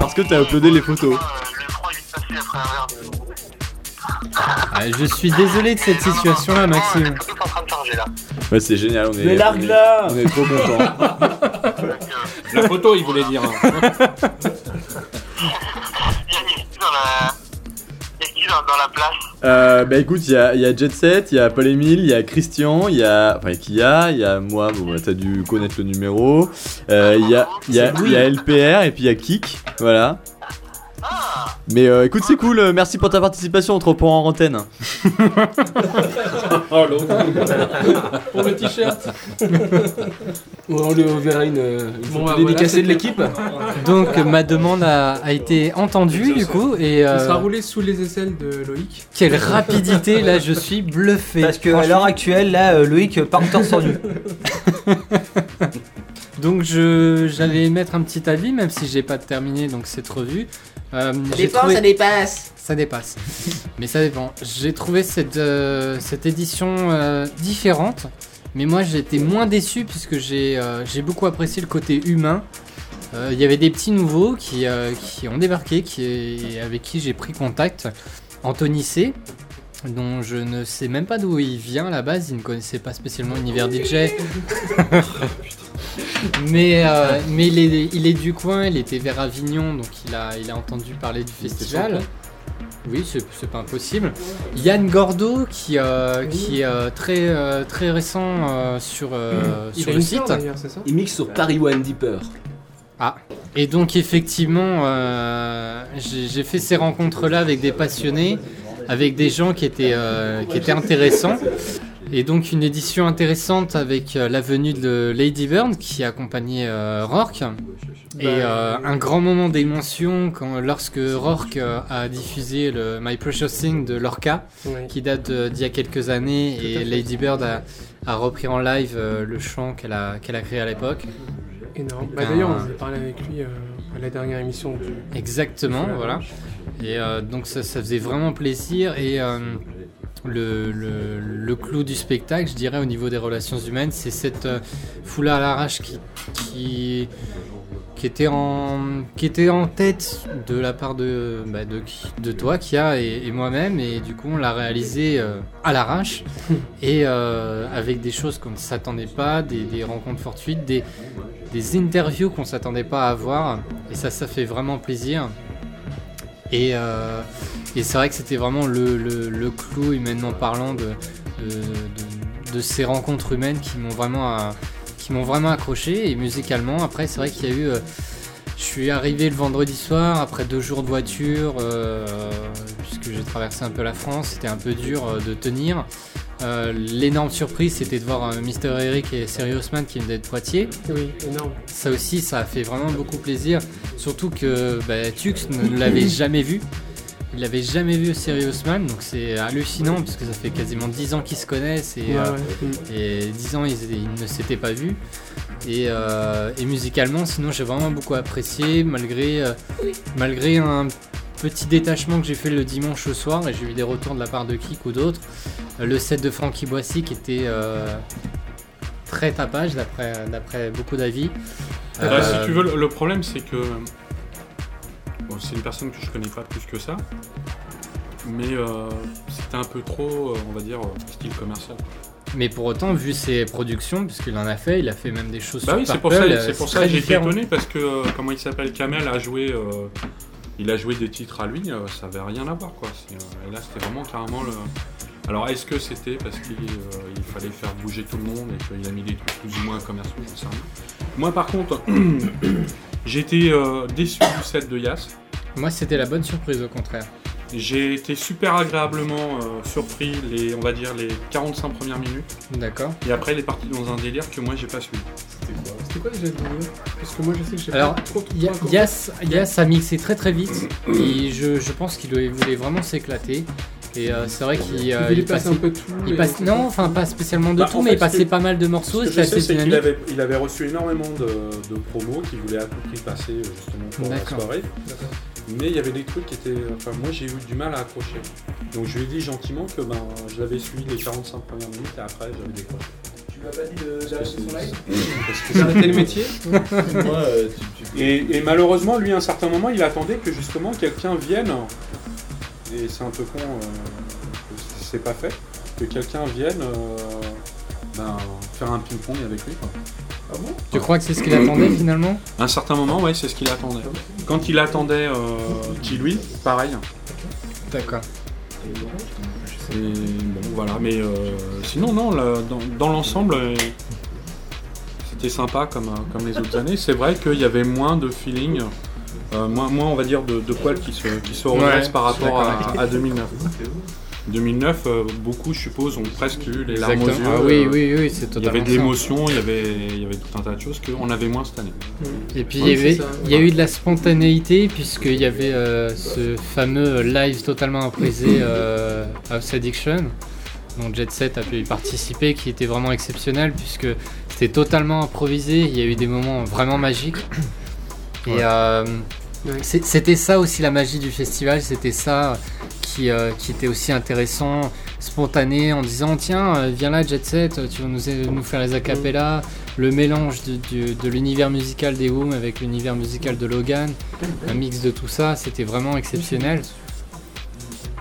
Parce que t'as uploadé les photos.
Euh, le froid il est passé après un verre de.
Ah, je suis désolé de
Non,
cette
non, non,
situation là,
vraiment,
Maxime.
euh, Tout est en train de charger là.
Ouais, c'est génial, on est.
Mais largue là
On est trop contents.
Donc, euh,
La photo, il voulait dire. hein.
il y a qui dans la. Il y a qui dans, dans la place
Euh, bah écoute, il y a, il y a Jet Set, il y a Paul Emile, il y a Christian, il y a. Enfin, Kia, il y a moi, bon, bah, t'as dû connaître le numéro. Euh, Il y, a, il y, a, il y a LPR et puis il y a Kik, voilà. Mais euh, écoute, c'est cool, euh, merci pour ta participation, on te reprend en antenne.
Pour le t-shirt On lui verra une, euh, une photo
Bon, bah,
dédicacée de
voilà,
l'équipe.
Donc, euh, ma demande a, a été entendue du coup, et
Il
euh,
sera roulé sous les aisselles de Loïc.
quelle rapidité là, je suis bluffé.
Parce que à l'heure actuelle, là, euh, Loïc part en torse nu.
Donc je j'allais mettre un petit avis, même si j'ai pas terminé donc cette revue. Euh, j'ai trouvé- ça,
dépasse.
dépasse. mais ça dépend. J'ai trouvé cette, euh, cette édition euh, différente, mais moi j'étais moins déçu puisque j'ai euh, j'ai beaucoup apprécié le côté humain. Euh, Il y avait des petits nouveaux qui, euh, qui ont débarqué, qui, et avec qui j'ai pris contact. Anthony C, dont je ne sais même pas d'où il vient à la base, il ne connaissait pas spécialement l'univers DJ. mais euh, mais il, est, il est du coin, il était vers Avignon, donc il a, il a entendu parler du festival. Oui, c'est c'est pas impossible. Yann Gordo, qui, euh, qui est euh, très, euh, très récent euh, sur, euh,
Il
sur
a
le
une sœur,
site.
d'ailleurs, c'est ça
Il mixe sur Paris One Deeper.
Et donc effectivement, euh, j'ai j'ai fait ces rencontres-là avec des passionnés, avec des gens qui étaient, euh, qui étaient intéressants. Et donc une édition intéressante avec euh, la venue de Lady Bird qui accompagnait euh, Rourke.
Bah,
Et euh, un grand moment d'émotion quand lorsque Rourke euh, a diffusé le My Precious Thing de Lorca
Oui.
qui date de- d'il y a quelques années
Tout à
et
fait.
Lady Bird a, a repris en live euh, le chant qu'elle a, qu'elle a créé à l'époque.
Énorme. Bah,
Ah.
D'ailleurs, on en a parlé avec lui euh, à la dernière émission du.
Exactement, voilà. Et euh, donc ça, ça faisait vraiment plaisir. Et euh, le, le- le clou du spectacle, je dirais, au niveau des relations humaines, c'est cette euh, foule à l'arrache qui, qui, qui était en, qui était en tête de la part de, bah, de, qui- de toi, Kia, et, et moi-même. Et du coup, on l'a réalisé euh, à l'arrache. Et euh, avec des choses qu'on ne s'attendait pas, des, des rencontres fortuites, des, des interviews qu'on ne s'attendait pas à avoir. Et ça, ça fait vraiment plaisir. Et, euh, et c'est vrai que c'était vraiment le, le- le clou humainement parlant de, de, de- de ces rencontres humaines qui m'ont vraiment, à- qui m'ont vraiment accroché. Et musicalement, après, c'est vrai qu'il y a eu. euh, je suis arrivé le vendredi soir après deux jours de voiture, euh, puisque j'ai traversé un peu la France, c'était un peu dur euh, de tenir. Euh, L'énorme surprise, c'était de voir euh, Mister Eric et Serious Man qui venaient de Poitiers.
Oui, énorme.
Ça aussi, ça a fait vraiment beaucoup plaisir. Surtout que bah, Tux ne l'avait jamais vu. Il l'avait jamais vu au Serious Man, donc c'est hallucinant parce que ça fait quasiment 10 ans qu'ils se connaissent et,
Ouais,
euh,
ouais. Mm.
et 10 ans ils, ils ne s'étaient pas vus. Et, euh, et musicalement, sinon j'ai vraiment beaucoup apprécié malgré, euh, malgré un petit détachement que j'ai fait le dimanche au soir et j'ai eu des retours de la part de Kik ou d'autres. Euh, Le set de Frankie Boissy qui était euh, très tapage d'après d'après beaucoup d'avis.
Bah,
Euh,
si tu veux, le- le problème, c'est que. Bon, c'est une personne que je connais pas plus que ça. Mais euh, c'était un peu trop, euh, on va dire, euh, style commercial.
Mais pour autant, vu ses productions, puisqu'il en a fait, il a fait même des choses
Bah
sur
oui, c'est
Purple,
pour ça,
euh,
c'est pour ça
très
que j'ai été
différent.
étonné parce que euh, comment il s'appelle Kamel a joué, euh, il a joué des titres à lui, euh, ça avait rien à voir quoi. C'est, euh, là, c'était vraiment carrément le. Alors, est-ce que c'était parce qu'il euh, il fallait faire bouger tout le monde et qu'il a mis des trucs plus ou moins commerciaux, j'en sais rien. Moi, par contre, j'étais euh, déçu du set de Yas.
Moi, c'était la bonne surprise au contraire.
J'ai été super agréablement euh, surpris les, on va dire, les 45 premières minutes.
D'accord.
Et après, il est parti dans un délire que moi, j'ai pas suivi.
C'était quoi déjà le délire Parce que moi je sais que j'ai
Alors,
pas trop trop
il y a-
raconté.
il y a ça- il y a- ça mixait très très vite et je, je pense qu'il doit- voulait vraiment s'éclater. Et euh, c'est vrai qu'il euh,
Il voulait passer un peu tout
il
et-
passe- non, enfin pas spécialement de
Bah,
tout,
en
mais
fait,
il passait
ce que-
pas mal de
Ce que
morceaux.
je
C'était assez
sais, c'est qu'il
dynamique.
avait, il avait reçu énormément de, de promos qu'il voulait à tout prix passer euh, justement pour la
D'accord.
soirée.
D'accord.
Mais il y avait des trucs qui étaient. Enfin, moi j'ai eu du mal à accrocher. Donc je lui ai dit gentiment que ben, je l'avais suivi les 45 premières minutes et après j'avais décroché.
Tu m'as pas dit de- d'arrêter son live
Parce que
D'arrêter le métier
Moi, euh, tu- tu- et, et malheureusement, lui, à un certain moment, il attendait que justement quelqu'un vienne. Et c'est un peu con, euh, que c'est pas fait. Que quelqu'un vienne euh, ben, faire un ping-pong avec lui. quoi.
Ah bon
Tu crois que c'est ce qu'il attendait finalement
À un certain moment, ouais, c'est ce qu'il attendait. Quand il attendait euh, qui lui, pareil.
D'accord.
Et bon, voilà, mais euh, sinon, non, là, dans, dans l'ensemble, euh, c'était sympa comme, euh, comme les autres années. C'est vrai qu'il y avait moins de feeling, euh, moins, moins, on va dire, de, de poils qui se, qui se
Ouais,
redressent par
je suis
rapport
d'accord avec
à,
toi.
à 2009. 2009, euh, beaucoup, je suppose, ont presque eu les larmes aux yeux.
Exactement. Ah oui,
euh,
oui, oui, c'est
Il y avait
totalement
de
ça.
l'émotion, il y avait, il y avait tout un tas de choses qu'on avait moins cette année.
Et puis il y, avait, il y a eu de la spontanéité puisqu'il y avait euh, ce fameux live totalement improvisé euh, House Addiction dont Jet Set a pu y participer qui était vraiment exceptionnel puisque c'était totalement improvisé, il y a eu des moments vraiment magiques. Et euh, c'est- c'était ça aussi la magie du festival, c'était ça qui, euh, qui était aussi intéressant, spontané, en disant tiens, euh, viens là Jet Set, euh, tu vas nous, nous faire les acapellas, le mélange du- du- de l'univers musical des Woom avec l'univers musical de Logan, un mix de tout ça, c'était vraiment exceptionnel.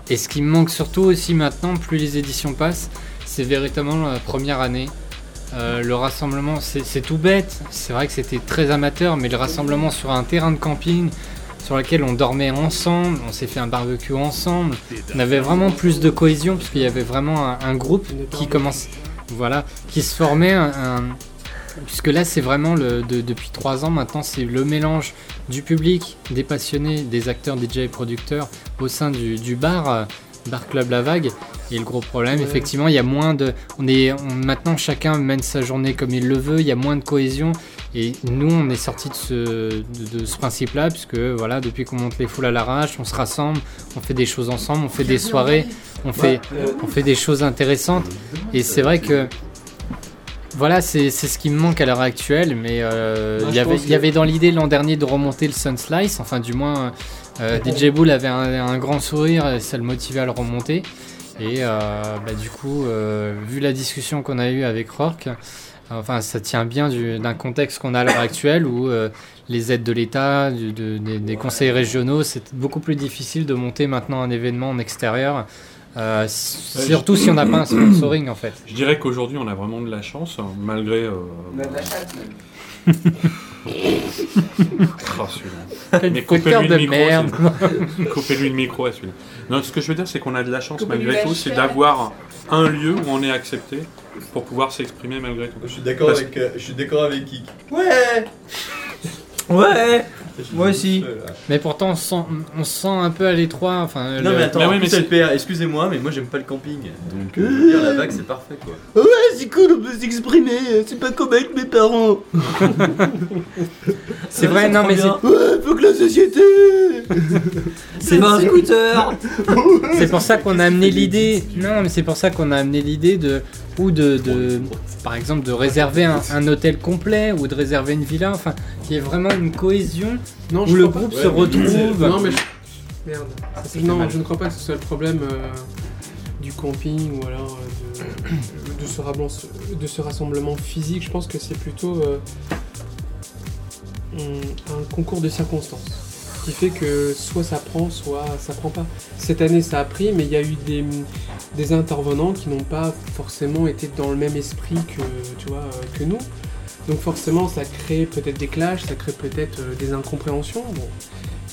Et ce qui me manque surtout aussi maintenant, plus les éditions passent, c'est véritablement la première année. Euh, le rassemblement, c'est c'est tout bête, c'est vrai que c'était très amateur, mais le rassemblement sur un terrain de camping sur lequel on dormait ensemble, on s'est fait un barbecue ensemble, on avait vraiment plus de cohésion parce qu'il y avait vraiment un, un groupe qui commence, voilà, qui se formait, un- un- puisque là c'est vraiment le, de- depuis trois ans maintenant c'est le mélange du public, des passionnés, des acteurs, DJ et producteurs au sein du, du bar, euh, bar club La Vague. Et le gros problème,
Ouais.
effectivement, il y a moins de, on est on- maintenant chacun mène sa journée comme il le veut, il y a moins de cohésion. Et nous, on est sorti de ce, de, de ce principe-là, puisque voilà, depuis qu'on monte les foules à l'arrache, on se rassemble, on fait des choses ensemble, on fait des soirées, on fait, on fait des choses intéressantes. Et c'est vrai que voilà, c'est c'est ce qui me manque à l'heure actuelle, mais euh,
Moi,
il
je
y avait-
pense
il
que-
y avait dans l'idée l'an dernier de remonter le Sun Slice, enfin du moins euh, DJ Bull avait un, un grand sourire et ça le motivait à le remonter. Et euh, bah, du coup, euh, vu la discussion qu'on a eue avec Rourke, enfin ça tient bien du- d'un contexte qu'on a à l'heure actuelle où euh, les aides de l'État, du- de- des, des conseils régionaux, c'est beaucoup plus difficile de monter maintenant un événement en extérieur, euh, s-
Ouais,
surtout
je-
si on n'a pas un sponsoring en fait.
Je dirais qu'aujourd'hui, on a vraiment de la chance, hein, malgré. euh,
Bah,
Ah, celui-là.
Quel
Mais
fouteur
coupez-lui
de
le micro.
merde.
celui-là. Coupez-lui le micro à celui-là. Non, ce que je veux dire, c'est qu'on a de la chance
Coupez-lui
malgré
la
tout, c'est
chair.
d'avoir un lieu où on est accepté pour pouvoir s'exprimer malgré tout. Je suis
d'accord avec, euh, je suis d'accord avec Kik.
Ouais
Ouais
Moi aussi.
hein.
Mais pourtant, on se sent, on se sent un peu à l'étroit. Enfin,
Non
le-
mais attends, en plus, LPR, excusez-moi, mais moi j'aime pas le camping. Donc euh, je veux dire, la vague c'est parfait quoi.
Ouais, c'est cool, on peut s'exprimer. C'est pas comme avec mes parents.
C'est vrai, non, mais c'est-
Ouais, faut que la société.
C'est-
pas un
c'est-
scooter
C'est pour ça qu'on a amené l'idée. Non, mais c'est pour ça qu'on a amené l'idée de ou de, de- par exemple de réserver un, un hôtel complet ou de réserver une villa. Enfin, qu'il y ait vraiment une cohésion
Non,
où
je
le
crois pas.
groupe
Ouais,
se
mais-
retrouve.
Non, mais je- Merde.
ça fait
non,
mal.
je ne crois pas que ce soit le problème euh, du camping ou alors euh, de, de, ce rassemblement, de ce rassemblement physique. Je pense que c'est plutôt euh, un un concours de circonstances qui fait que soit ça prend, soit ça prend pas. Cette année, ça a pris, mais il y a eu des, des intervenants qui n'ont pas forcément été dans le même esprit que, tu vois, euh, que nous. Donc forcément, ça crée peut-être des clashs, ça crée peut-être euh, des incompréhensions. bon.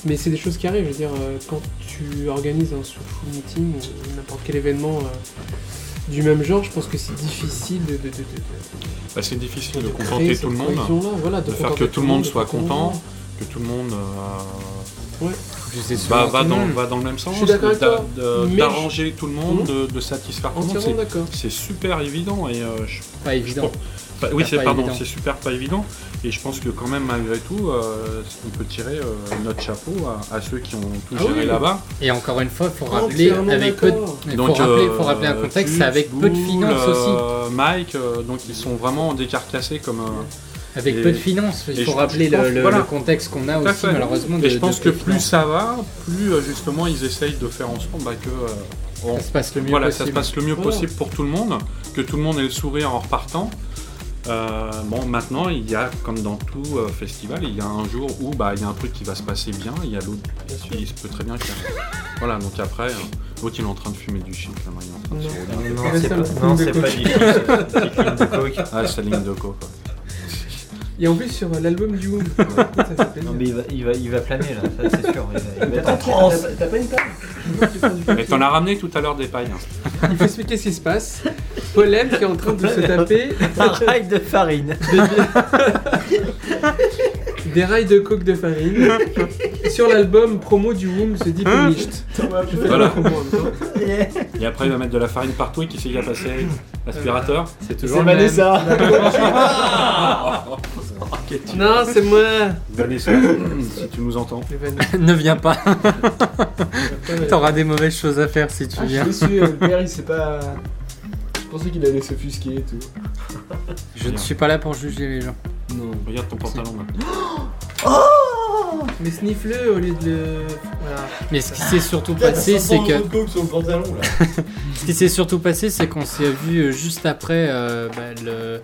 Mais c'est des choses qui arrivent. Je veux dire, euh, quand tu organises un soulful meeting ou n'importe quel événement euh, du même genre, je pense que c'est difficile de- de- de- de,
Bah, c'est difficile de
créer
contenter
cette
tout le monde,
cohésion-là, voilà, de
de, faire
contenter
que
tout
tout le
le
monde
monde,
soit
de faire
content, que tout le monde euh,
Ouais.
sais
va,
souvent
Bah, va
tout le
dans,
monde.
va dans le même sens,
Je suis d'accord
de-
avec toi,
de-
mais
d'arranger tout le monde,
Mhm.
de, de satisfaire tout le monde.
Entièrement
c'est-
d'accord.
C'est super évident et euh, je-
Pas
je
évident.
pense- Enfin, oui,
Super
c'est
pas
pardon,
évident.
c'est super pas évident. Et je pense que quand même malgré tout, euh, on peut tirer euh, notre chapeau à, à ceux qui ont tout
Ah
géré
oui.
là-bas.
Et encore une fois, faut rappeler
Entièrement
avec peu de-
d'accord. euh,
faut rappeler- faut rappeler un contexte, c'est avec peu de
Fuchs,
finances aussi.
euh, Mike, euh, donc ils sont vraiment décarcassés comme. euh,
Avec
et-
peu de finances, il
et
faut
je-
rappeler
je pense-
le- le-
voilà.
le contexte qu'on a
Tout à
aussi,
fait.
Ah malheureusement, de-
Et je
de
pense
peu
que
de
plus
finances.
ça va, plus euh, justement ils essayent de faire en sorte bah, que. euh, on-
se passe le mieux
voilà, ça se
possible. Oh.
passe le mieux
Voilà.
possible pour tout le monde, que tout le monde ait le sourire en repartant. Euh, bon, maintenant, il y a, comme dans tout euh, festival, il y a un jour où bah, il y a un truc qui va se passer bien, il y a l'autre qui se peut très bien qu'il y a- Voilà, donc après, euh, l'autre il est en train de fumer du shit, là, il est en train de se
Non.
rouler.
Non, non, c'est pas- non, c'est pas du shit, c'est des lignes de coke.
Ah, c'est ligne de coke. ouais.
Et en plus sur l'album du Womb.
Non mais il va, il va, il va planer là, ça c'est sûr. Il va, il va être en
transe.
transe.
T'as pas une table
Et t'en as ramené tout à l'heure des pailles. hein.
Il faut expliquer ce qui se passe. Polem qui est en train de se taper
Un rail de farine.
des rails de coke de farine sur l'album promo du Womb se dit
Hein
Punished.
Voilà.
Yeah.
Et après, il va mettre de la farine partout et qui sait qui a passé l'aspirateur C'est
C'est Vanessa. Non, c'est moi.
Vanessa, si tu nous entends.
ne viens pas. T'auras des mauvaises choses à faire si tu
Ah,
viens.
Je suis déçu, euh, le père il sait pas. Je pensais qu'il allait s'offusquer et tout.
Je ne suis pas là pour juger les gens.
Non. Regarde ton pantalon maintenant.
Oh Mais sniffle au lieu de le. Voilà.
Mais ce qui s'est surtout passé, c'est que. ce qui s'est surtout passé, c'est qu'on s'est vu euh, juste après euh, bah, le.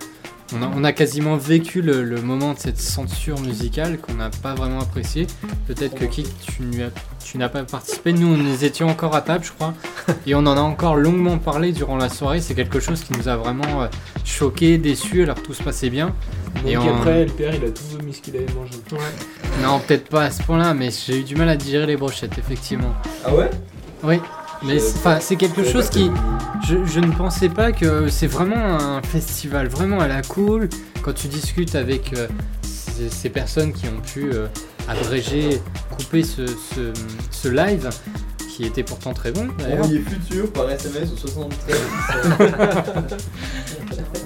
On a, on a quasiment vécu le, le moment de cette censure musicale qu'on n'a pas vraiment apprécié. Peut-être que Kik, tu n'y as- tu n'as pas participé. Nous, nous étions encore à table, je crois, et on en a encore longuement parlé durant la soirée. C'est quelque chose qui nous a vraiment euh, choqué, déçu, alors que tout se passait bien.
Et
on-
après, le père il a tout vomi ce qu'il avait mangé.
non, peut-être pas à ce point-là, mais j'ai eu du mal à digérer les brochettes, effectivement.
Ah ouais
Oui. Mais c'est- enfin, c'est quelque chose qui. Je, je ne pensais pas que c'est vraiment un festival, vraiment à la cool. Quand tu discutes avec euh, ces, ces personnes qui ont pu euh, abréger, couper ce, ce- ce live, qui était pourtant très bon d'ailleurs.
Envoyez futur par SMS au 73.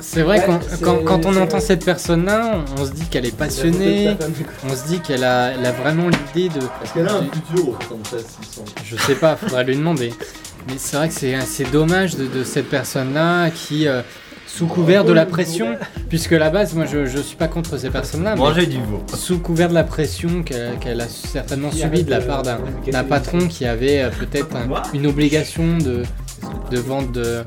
C'est vrai
Ouais,
qu'on-
c'est-
quand, quand on
c'est
entend
vrai.
cette personne-là, on, on se dit qu'elle est
Il a
passionnée,
peut-être la
on se dit qu'elle a, elle a vraiment l'idée de.
Est-ce qu'elle a un hein,
de-
futur au 73 600
Je sais pas, faudrait lui demander. Mais c'est vrai que c'est assez dommage de, de cette personne-là qui, euh, sous couvert de la pression, puisque à la base, moi je, je suis pas contre ces personnes-là, mais
Manger du veau.
sous couvert de la pression qu'elle qu'elle a certainement subie de la part d'un d'un patron qui avait euh, peut-être un- une obligation de, de vente de-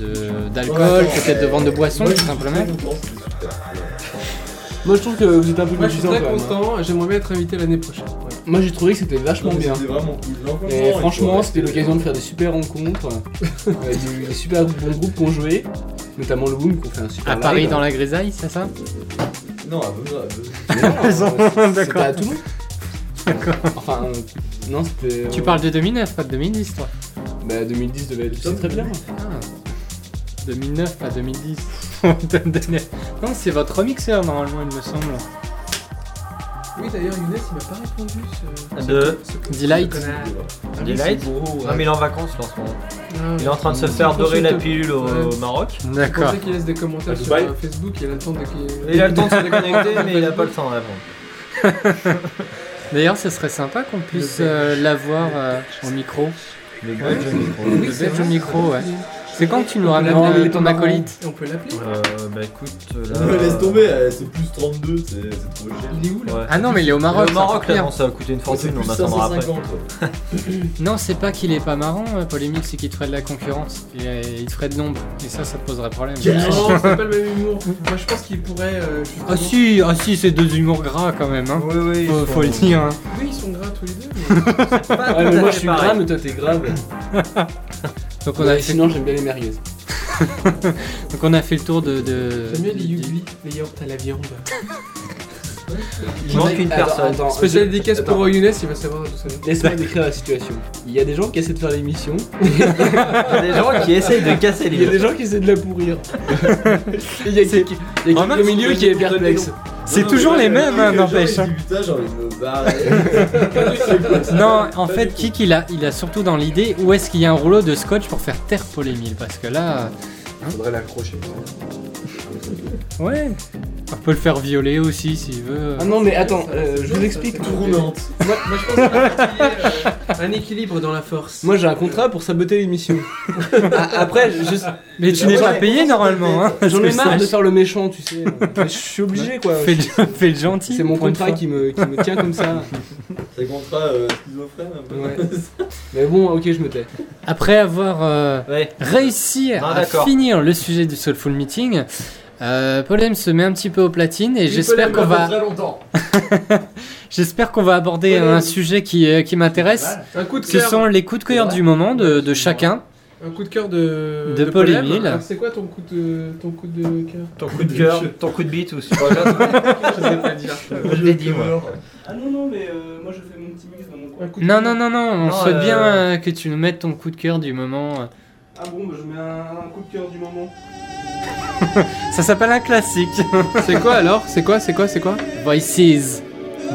de- d'alcool,
Ouais, attends,
peut-être de vente de
euh,
boissons,
moi,
tout
je suis
simplement.
Moi je trouve que vous êtes un peu
Moi je suis
méchant,
très
quand même, hein.
content et j'aimerais bien être invité l'année prochaine. Voilà.
Moi j'ai trouvé que c'était vachement
Non, mais
bien.
c'était vraiment cool. Non, franchement,
Et
il faut
franchement,
rester.
c'était l'occasion de faire des super rencontres. Il y a eu des super bons groupes qui ont joué, notamment le Boom qui ont fait un super
À
live.
Paris dans la grisaille, c'est ça
Non, à Besançon, à Besançon.
Non, C'était
D'accord.
à Toulon D'accord. Enfin, euh, non, c'était. euh,
Tu parles de 2009, pas de 2010, toi
Bah 2010 devait être. C'est très bien.
Ah. 2009, pas 2010. On t'a donné- non, c'est votre remixeur normalement, il me semble.
Oui, d'ailleurs, Younes il m'a pas répondu. Ce...
Ah, De-
ce-
Delight.
ce connard. Ah oui,
Delight
c'est beau,
Non
ouais.
mais il est en vacances là, en ce moment.
Ah.
Il est en train de se
C'est
faire
pour ça
dorer
que-
la pilule au
Ouais.
Maroc.
C'est pour ça qu'il laisse des commentaires sur euh, Facebook, il a le temps de.
Il a le temps de se déconnecter mais il a pas le temps avant.
D'ailleurs, ce serait sympa qu'on puisse euh, l'avoir euh, au micro.
Le
badge au micro.
Le
Oui, c'est
badge au
vrai,
micro,
ça
ouais.
peut être
C'est quand que tu nous
On peut
ramènes
l'appeler,
euh,
il est
ton
marrant.
acolyte
Et On peut l'appeler
Euh, bah écoute, là...
Me laisse tomber, euh, c'est plus 32, c'est c'est trop cher.
Il est où
Ouais.
Ah non, mais il est au Maroc,
Au
c'est
Maroc
encore
là,
pire.
non, ça va coûter une
C'est
fortune,
plus
on attendra après.
550. ouais.
Non, c'est pas qu'il est pas marrant, euh, Polémique, c'est qu'il te ferait de la concurrence. Il, euh, il te ferait de l'ombre. Et ça, ça te poserait problème.
Non, c'est pas le même humour. Moi je pense qu'il pourrait. euh, justement-
Ah si, ah si, c'est deux humours gras quand même. Hein.
oui,
faut,
ils
faut le
sont-
dire. hein.
Oui, ils sont gras tous les deux. mais-
Pas
Ouais,
tout
mais
à
moi
fait
je suis
pareil.
grave, mais toi t'es grave.
Donc on a
Ouais,
fait-
Sinon, j'aime bien les merguez.
Donc on a fait le tour de. de-
J'aime bien les yugli, les yaourts à la viande.
Il manque une
Attends,
personne.
attends,
Spéciale
je-
dédicace
attends.
pour Younes, il va savoir d'où ça vient.
Laisse-moi décrire la situation. Il y a des gens qui essaient de faire l'émission.
Il y a des gens qui essayent de casser les
Il y a des gens qui essaient de la pourrir. Et Il y a quelqu'un il y a quelqu'un au milieu qui est perplexe.
C'est toujours les mêmes, hein, n'empêche. hein.
Putain, j'ai envie de me
Non, en fait, Kik, il a, il a surtout dans l'idée où est-ce qu'il y a un rouleau de scotch pour faire taire Paul Émile Parce que là, hein.
Faudrait l'accrocher.
ouais, on peut le faire violer aussi s'il veut.
Ah non mais attends, euh, je vous explique.
Tout roulante.
Moi, moi, je pense qu'on a pratiqué, euh, un équilibre dans la force.
Moi,
j'ai un contrat pour saboter l'émission. Ah, Après, je-
Mais tu n'es
J'en
pas
ai-
payé normalement. hein, parce
J'en
que
ai
ça-
marre de faire le méchant, tu sais. Mais Je suis obligé quoi.
Fais le- fais le gentil,
C'est mon
pour une
contrat
fois.
qui me, qui me tient comme ça.
C'est contrat euh, schizophrène un peu.
Ouais. Mais bon, ok, je me tais.
Après avoir euh, réussi
Non,
à
d'accord.
finir le sujet du Soulful Meeting, euh, Paul M se met un petit peu aux platines et
Il peut
j'espère
l'aimer
qu'on va.
pour très longtemps.
j'espère qu'on va aborder
Paul M.
un sujet qui, euh, qui m'intéresse.
Un coup de
Ce
cœur.
sont les coups de cœur du moment de, de chacun.
Un coup de cœur de.
De Paul
Polem.
Émile.
Alors, C'est quoi ton coup de ton coup de cœur
Ton coup de cœur, ton coup de bite ou
Je sais pas dire.
Je l'ai dit moi.
Ah non, non, mais euh, moi je fais mon petit mix dans mon coin.
Non, non, non, non, on
Non,
souhaite
euh,
bien euh, que tu nous mettes ton coup de cœur du moment.
Ah bon, bah, je mets un, un coup de cœur du moment.
Ça s'appelle un classique.
C'est quoi alors C'est quoi C'est quoi C'est quoi
Voices.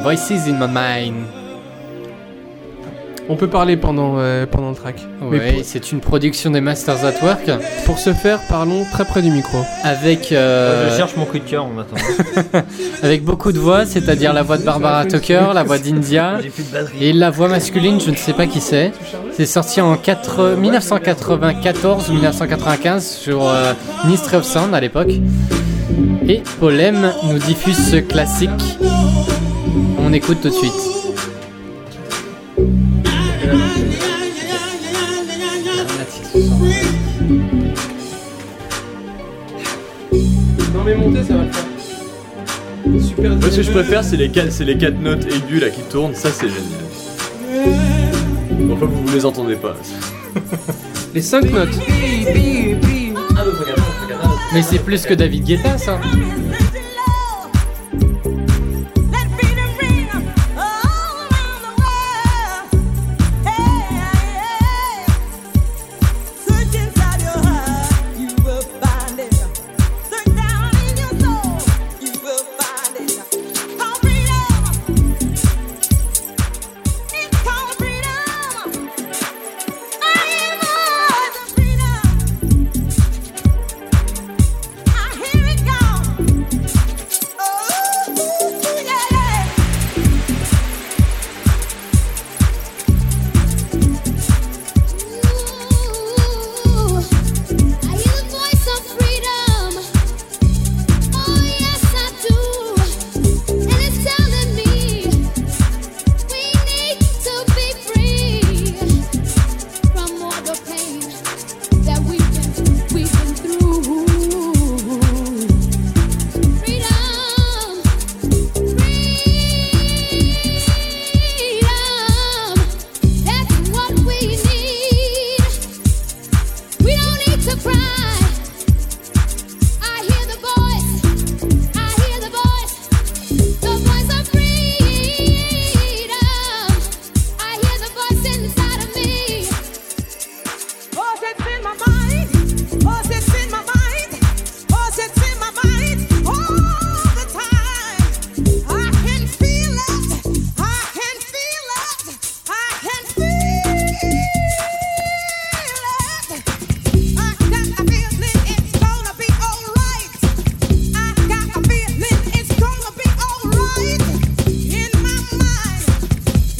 Voices in my mind.
On peut parler pendant, euh, pendant le track. Mais
Ouais,
pour-
c'est une production des Masters at Work
pour ce faire, parlons très près du micro.
avec euh,
Je cherche mon coup de cœur en attendant.
avec beaucoup de voix, c'est-à-dire la voix de Barbara Tucker, la voix d'India et la voix masculine, je ne sais pas qui c'est. C'est sorti en 4 1994 ou 1995 sur euh, Ministry of Sound à l'époque. Et Polem nous diffuse ce classique. On écoute tout de suite.
Non mais monter, ça va le faire. Super.
Moi, ce que je préfère, c'est les, quatre- c'est les quatre notes aiguës là qui tournent, ça c'est génial. Bon, Enfin, vous, vous les entendez pas.
Les 5 notes.
Ah, mais regarde, regarde.
Mais c'est plus que David Guetta ça.
That's what we need. We don't need to cry. I hear the voice. I hear the voice. The voice of freedom. I hear the voice inside of me. Oh, it's in my mind. Oh, it's in my mind. Oh, it's in my mind. All the time. I can feel it. I can feel it. I can feel it. Oh, Oh,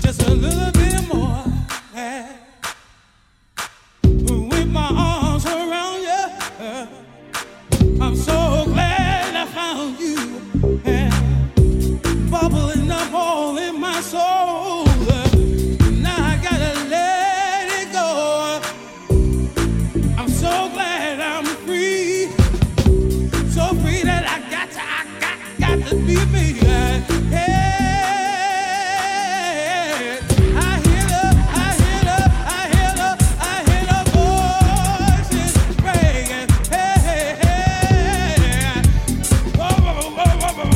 Just a little bit more. eh, With my arms around you. I'm so glad I found you. eh, Bubbling up all in my soul. Now I gotta let it go. I'm so glad I'm free. So free that I got to, I got, got to be me. eh, yeah. I hear the, I hear the, I hear the, I hear the voices ringing. Hey, hey, hey. Whoa, whoa,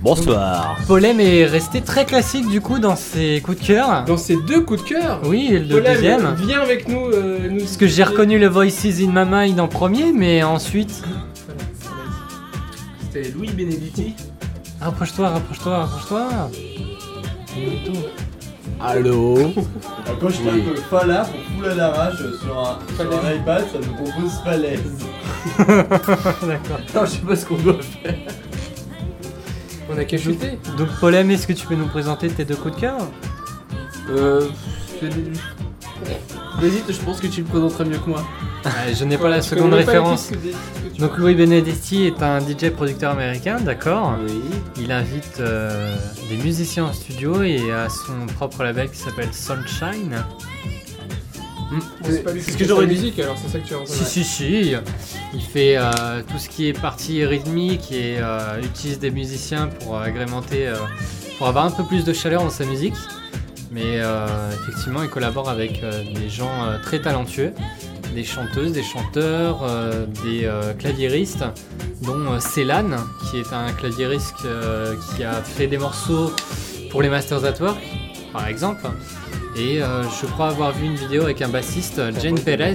Bonsoir.
Polem est resté très classique du coup dans ses coups de cœur.
Dans ses deux coups de cœur
Oui, et le
Paulem,
deuxième.
Viens avec nous. euh, nous
Parce que j'ai reconnu le Voices in My Mind en premier, mais ensuite.
C'était Louis Benedetti.
Rapproche-toi, rapproche-toi, rapproche-toi.
Allô
Quand je tape Fala pour poule à l'arrache sur un, sur un iPad, ça me propose falaise.
D'accord.
Non, je sais pas ce qu'on doit faire.
On a qu'à jeter.
Donc Polem, est-ce que tu peux nous présenter tes deux coups de cœur
Euh. c'est- Vas-y, je pense que tu le présenterais mieux que moi.
Euh, Je n'ai pas la
Je
seconde
connais pas les
référence.
disques des-
Donc Louis Benedetti est un DJ producteur américain, d'accord Il invite euh, des musiciens en studio et a son propre label qui s'appelle Sunshine. Hmm.
C'est pas lui qui fait sa musique, alors c'est ça que tu as entendu.
Si, si, si. Il fait euh, tout ce qui est partie rythmique et euh, utilise des musiciens pour euh, agrémenter, euh, pour avoir un peu plus de chaleur dans sa musique. Mais euh, effectivement, il collabore avec euh, des gens euh, très talentueux, des chanteuses, des chanteurs, euh, des euh, claviéristes, dont euh, Célan, qui est un claviériste euh, qui a fait des morceaux pour les Masters at Work, par exemple. Et euh, je crois avoir vu une vidéo avec un bassiste, Jane Perez,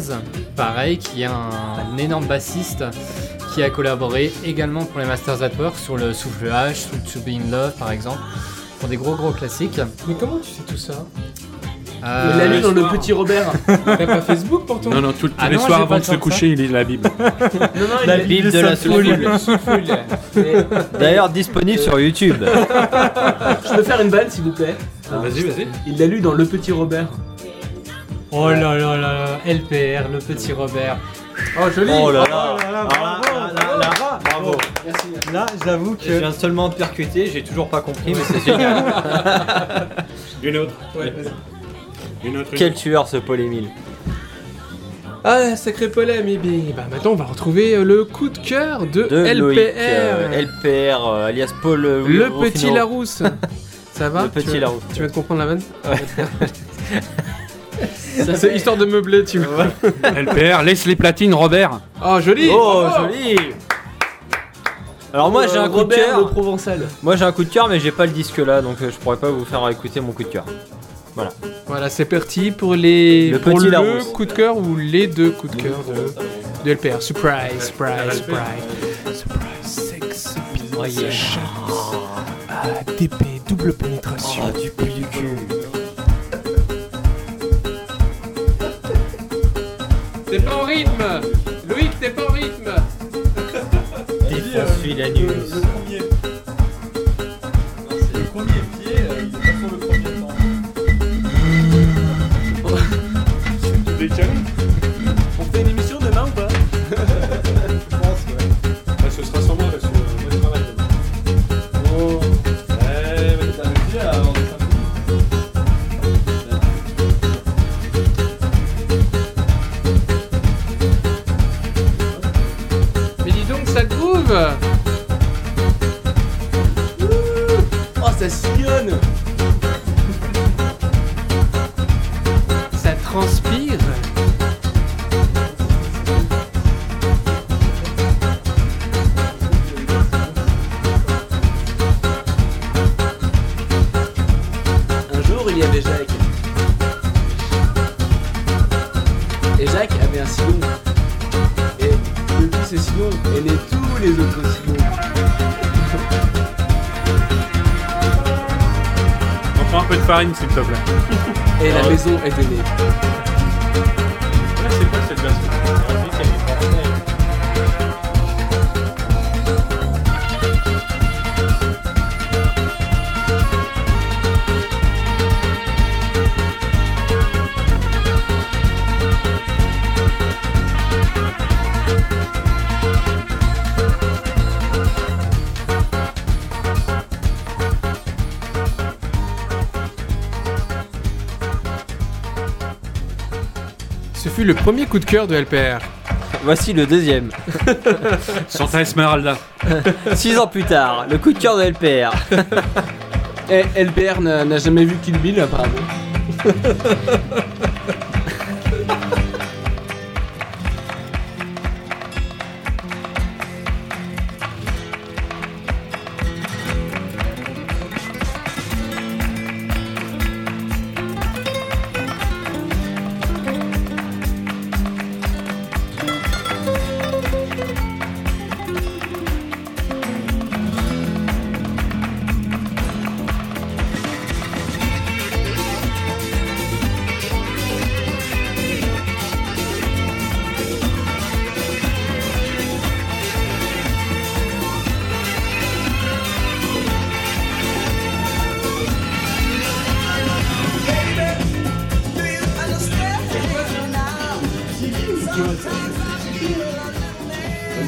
pareil, qui est un énorme bassiste qui a collaboré également pour les Masters at Work sur le Soufflage, sur To Be in Love, par exemple, pour des gros gros classiques.
Mais comment tu sais tout ça
Euh,
Il l'a lu dans le
l'histoire.
petit Robert.
T'as pas Facebook pour toi
Non, non, tout- tous
Ah
les
non,
soirs
j'ai
avant
pas
de se
tant que
coucher, il lit la Bible.
Non, non,
La
il-
Bible de la
Souffle.
Souffle.
Mais-
D'ailleurs, disponible sur YouTube.
Je peux faire une balle, s'il vous plaît
Vas-y, vas-y.
Il l'a lu dans Le Petit Robert.
Oh là là là là, LPR, le petit Robert.
Oh, joli.
Oh là
là.
Bravo.
Merci.
Là, j'avoue que. Je viens seulement de percuter, j'ai toujours pas compris, mais c'est génial.
Une autre. Une autre.
Quel tueur ce Paul Émile.
Ah, sacré polème, et bien, bah, maintenant on va retrouver euh, le coup de cœur de,
De
LPR.
Loïc, euh, LPR, euh, alias Paul. euh,
le
Ruffino.
petit Larousse. Ça va
Le
Tu
petit
vas-
Larousse.
Tu vas te comprendre la vanne
Ça
C'est
fait-
histoire de meubler, tu vois.
LPR, laisse les platines, Robert.
Oh, joli
Oh,
bravo. Euh,
joli Alors moi j'ai un coup de
Robert
cœur.
le Provençal.
Moi j'ai un coup de cœur mais j'ai pas le disque là donc euh, je pourrais pas vous faire écouter mon coup de cœur. Voilà.
Voilà, c'est parti pour les
Le
pour
petit
le
Larousse.
coup de cœur ou les deux coups de cœur de, de LPR. Surprise, surprise, surprise. Surprise, sex,
Oh,
yeah.
chance. ADP, double pénétration.
Oh, du du cul.
T'es pas en rythme Loïc, t'es pas en rythme
Défonce-lui l'anus.
Le premier pied, il est pas sur le premier temps.
On fait une émission demain ou pas Je pense, ouais.
Ah, ce sera sans moi parce que moi je travaille demain.
Oh.
Eh, mais t'as réussi à avoir des symptômes.
Mais dis donc, ça groove
Oh, ça sillonne.
Ça transpire
Un jour, il y avait Jacques. Et Jacques avait un sillon. Et depuis ce sillon est né tous les autres sillons.
On prend un peu de farine, s'il te plaît.
Et la
Alors,
maison était née.
Là, c'est quoi cette version
Ce fut le premier coup de cœur de LPR.
Voici le deuxième.
Santa Esmeralda.
Six ans plus tard, le coup de cœur de LPR.
Et LPR n'a n'a jamais vu Kill Bill, apparemment.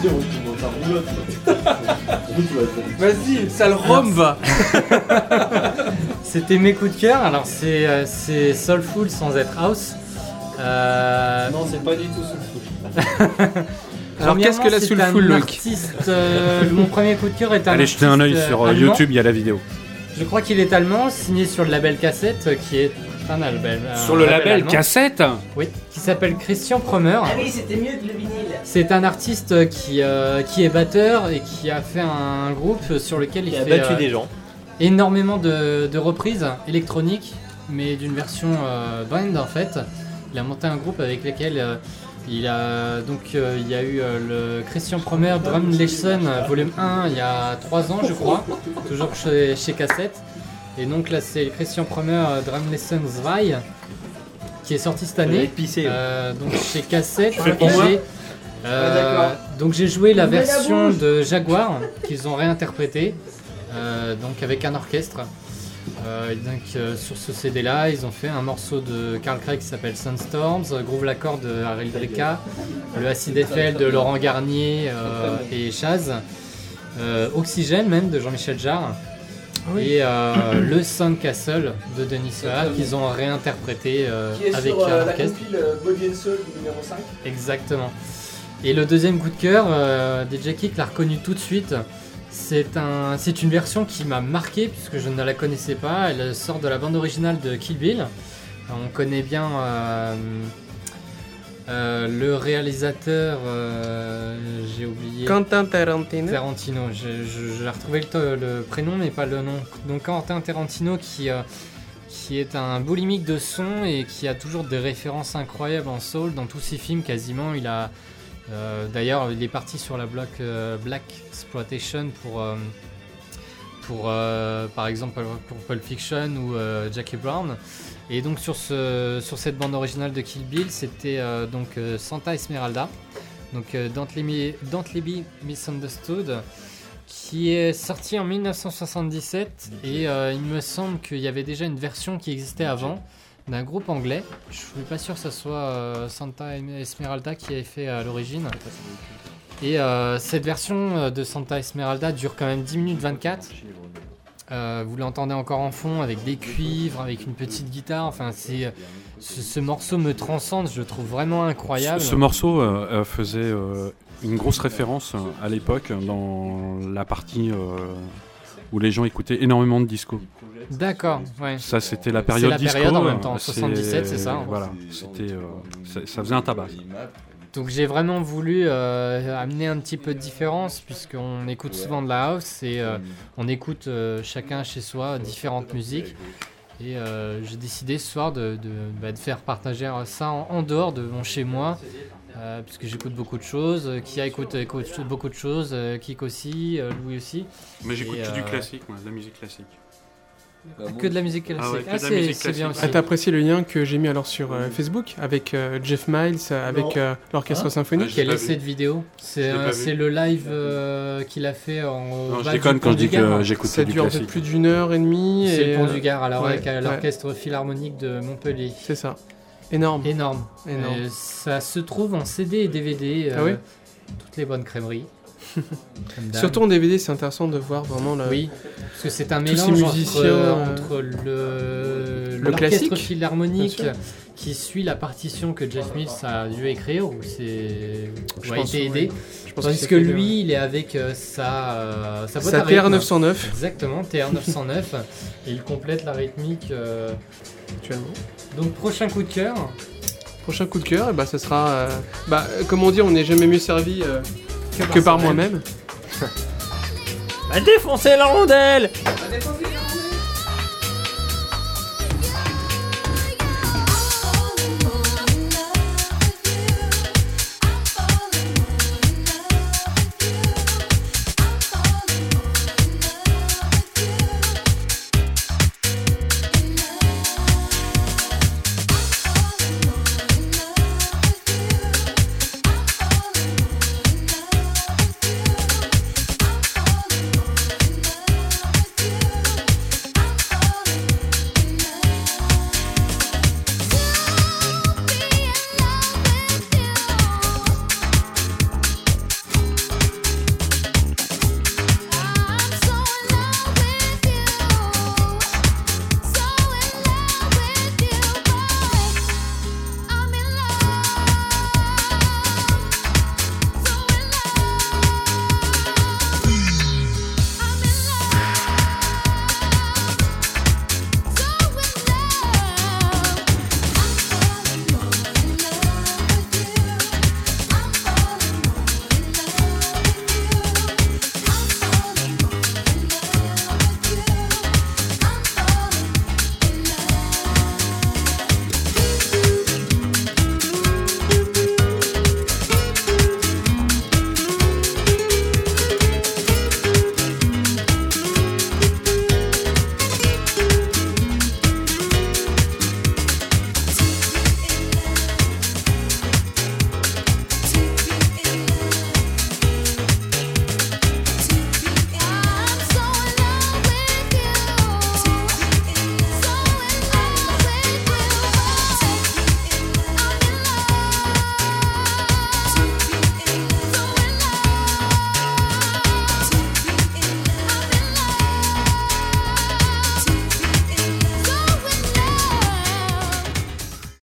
dire, on te demande ta roulotte.
Vas-y, sale
Rome va C'était mes coups de cœur, alors c'est euh, c'est soulful sans être house. Euh,
Non, c'est pas du tout sous
premièrement,
qu'est-ce que la
c'est
soulful,
un
Luc
artiste, euh, Mon premier coup de cœur est un
Allez, jetez un œil
artiste, euh,
sur euh,
allemand.
YouTube, il y a la vidéo.
Je crois qu'il est allemand, signé sur le label Cassette, euh, qui est un label. un
Sur le label
allemand.
Cassette
Oui, qui s'appelle Christian Promer.
Ah oui, c'était mieux que le vinyle.
C'est un artiste qui, euh, qui est batteur et qui a fait un groupe sur lequel il
Qui a
fait euh,
battu des gens.
énormément de, de reprises électroniques, mais d'une version euh, band en fait. Il a monté un groupe avec lequel euh, il a donc euh, il y a eu euh, le Christian Promer Drum Lesson euh, volume 1 il y a 3 ans je crois, toujours chez, chez Cassette. Et donc là c'est le Christian Promer euh, Drum Lesson 2 qui est sorti cette année. Euh, donc chez Cassette.
Tu fais pour
Et
moi
j'ai, euh,
Ah, d'accord.
donc j'ai joué la
Ouvre la
version
bouche.
de Jaguar qu'ils ont réinterprétée, euh, donc avec un orchestre. Euh, et donc euh, sur ce CD là, ils ont fait un morceau de Carl Craig qui s'appelle Sunstorms, euh, Groove l'accord de Harry Delka, le Acid Eiffel de Laurent Garnier euh, et Chaz, euh, Oxygène même de Jean-Michel Jarre.
Ah
Et euh, le Sandcastle de Denis Soa qu'ils ont réinterprété euh,
Qui est
avec
sur euh,
un
la
orchestre.
compile euh, Body and Soul numéro 5.
Exactement. Et le deuxième coup de cœur, euh, DJ Kick l'a reconnu tout de suite. C'est un, c'est une version qui m'a marqué puisque je ne la connaissais pas. Elle sort de la bande originale de Kill Bill. On connaît bien euh, euh, le réalisateur, euh, j'ai oublié.
Quentin Tarantino.
Tarantino, j'ai je- j'ai retrouvé le, to- le prénom mais pas le nom. Donc Quentin Tarantino qui, euh, qui est un boulimique de son et qui a toujours des références incroyables en soul dans tous ses films quasiment. Il a euh, D'ailleurs, il est parti sur la bloc euh, Black Exploitation pour, euh, pour euh, par exemple pour Pulp Fiction ou euh, Jackie Brown. Et donc sur, ce, sur cette bande originale de Kill Bill, c'était euh, donc euh, Santa Esmeralda, donc euh, Don't, Let Me- Don't Let Be Misunderstood, qui est sorti en 1977 et euh, il me semble qu'il y avait déjà une version qui existait avant d'un groupe anglais. Je suis pas sûr que ça soit euh, Santa Esmeralda qui avait fait à l'origine. Et euh, cette version euh, de Santa Esmeralda dure quand même 10 minutes 24. Euh, vous l'entendez encore en fond avec des cuivres, avec une petite guitare. Enfin, c'est euh, ce, ce morceau me transcende. Je le trouve vraiment incroyable.
Ce, ce morceau euh, euh, faisait euh, une grosse référence euh, à l'époque dans la partie euh, où les gens écoutaient énormément de disco.
D'accord. Ouais.
Ça, c'était la
C'est
période
la
disco.
période en même temps,
euh,
77, c'est ça, hein. en
Voilà, c'était, euh, ça, ça faisait un tabac.
Donc j'ai vraiment voulu euh, amener un petit peu de différence puisqu'on écoute souvent de la house et euh, on écoute euh, chacun chez soi différentes musiques. Et euh, j'ai décidé ce soir de, de, bah, de faire partager ça en, en dehors de mon chez moi. euh, puisque j'écoute beaucoup de choses, euh, Kia écoute, écoute beaucoup de choses, euh, Kik aussi, euh, Louis aussi.
Mais j'écoute
Et,
que du
euh,
classique, moi, de la musique classique.
Que de la musique classique.
Ah ouais, que
Ah,
de la
c'est-
musique
c'est bien
classique.
Ah, t'as apprécié le lien que j'ai mis alors sur euh, Facebook avec euh, Jeff Miles, euh, avec euh, l'orchestre
Hein
symphonique
Ah,
Quelle est cette vidéo C'est
Je l'ai
euh,
pas
c'est
vu.
le live euh, qu'il a fait en.
Non, je
bas
déconne quand je
Euh, bah, du pont du
dis que
Gard.
j'écoute
Ça
du
dure
classique.
plus d'une heure et demie.
C'est
et,
le pont du
euh,
Gard, alors
ouais,
avec euh,
ouais.
l'orchestre philharmonique de Montpellier.
C'est ça. Énorme.
Énorme.
Énorme.
Euh, ça se trouve en CD et DVD.
Ah oui
euh, Toutes les bonnes crèmeries. Comme d'hab.
Surtout en DVD, c'est intéressant de voir vraiment le.
Oui, parce que c'est un
tous ces
mélange entre,
musiciens, euh,
entre le,
le
l'orchestre
classique,
philharmonique
bien sûr.
qui suit la partition que Jeff Mills a dû écrire ou c'est
Je
ou a
pense,
été
oui.
aidé.
Je pense que
Tandis
c'est
que
aidé,
lui, il est avec euh, sa euh, boîte
Sa
à rythme.
TR-909.
Exactement, TR909 et il complète la rythmique euh,
actuellement.
Donc prochain coup de cœur.
Prochain coup de cœur, et bah, ça sera. euh, bah, euh, comment dire, on n'est jamais mieux servi euh, que par
soi-même.
moi-même.
Va défoncer la rondelle
On a défoncé la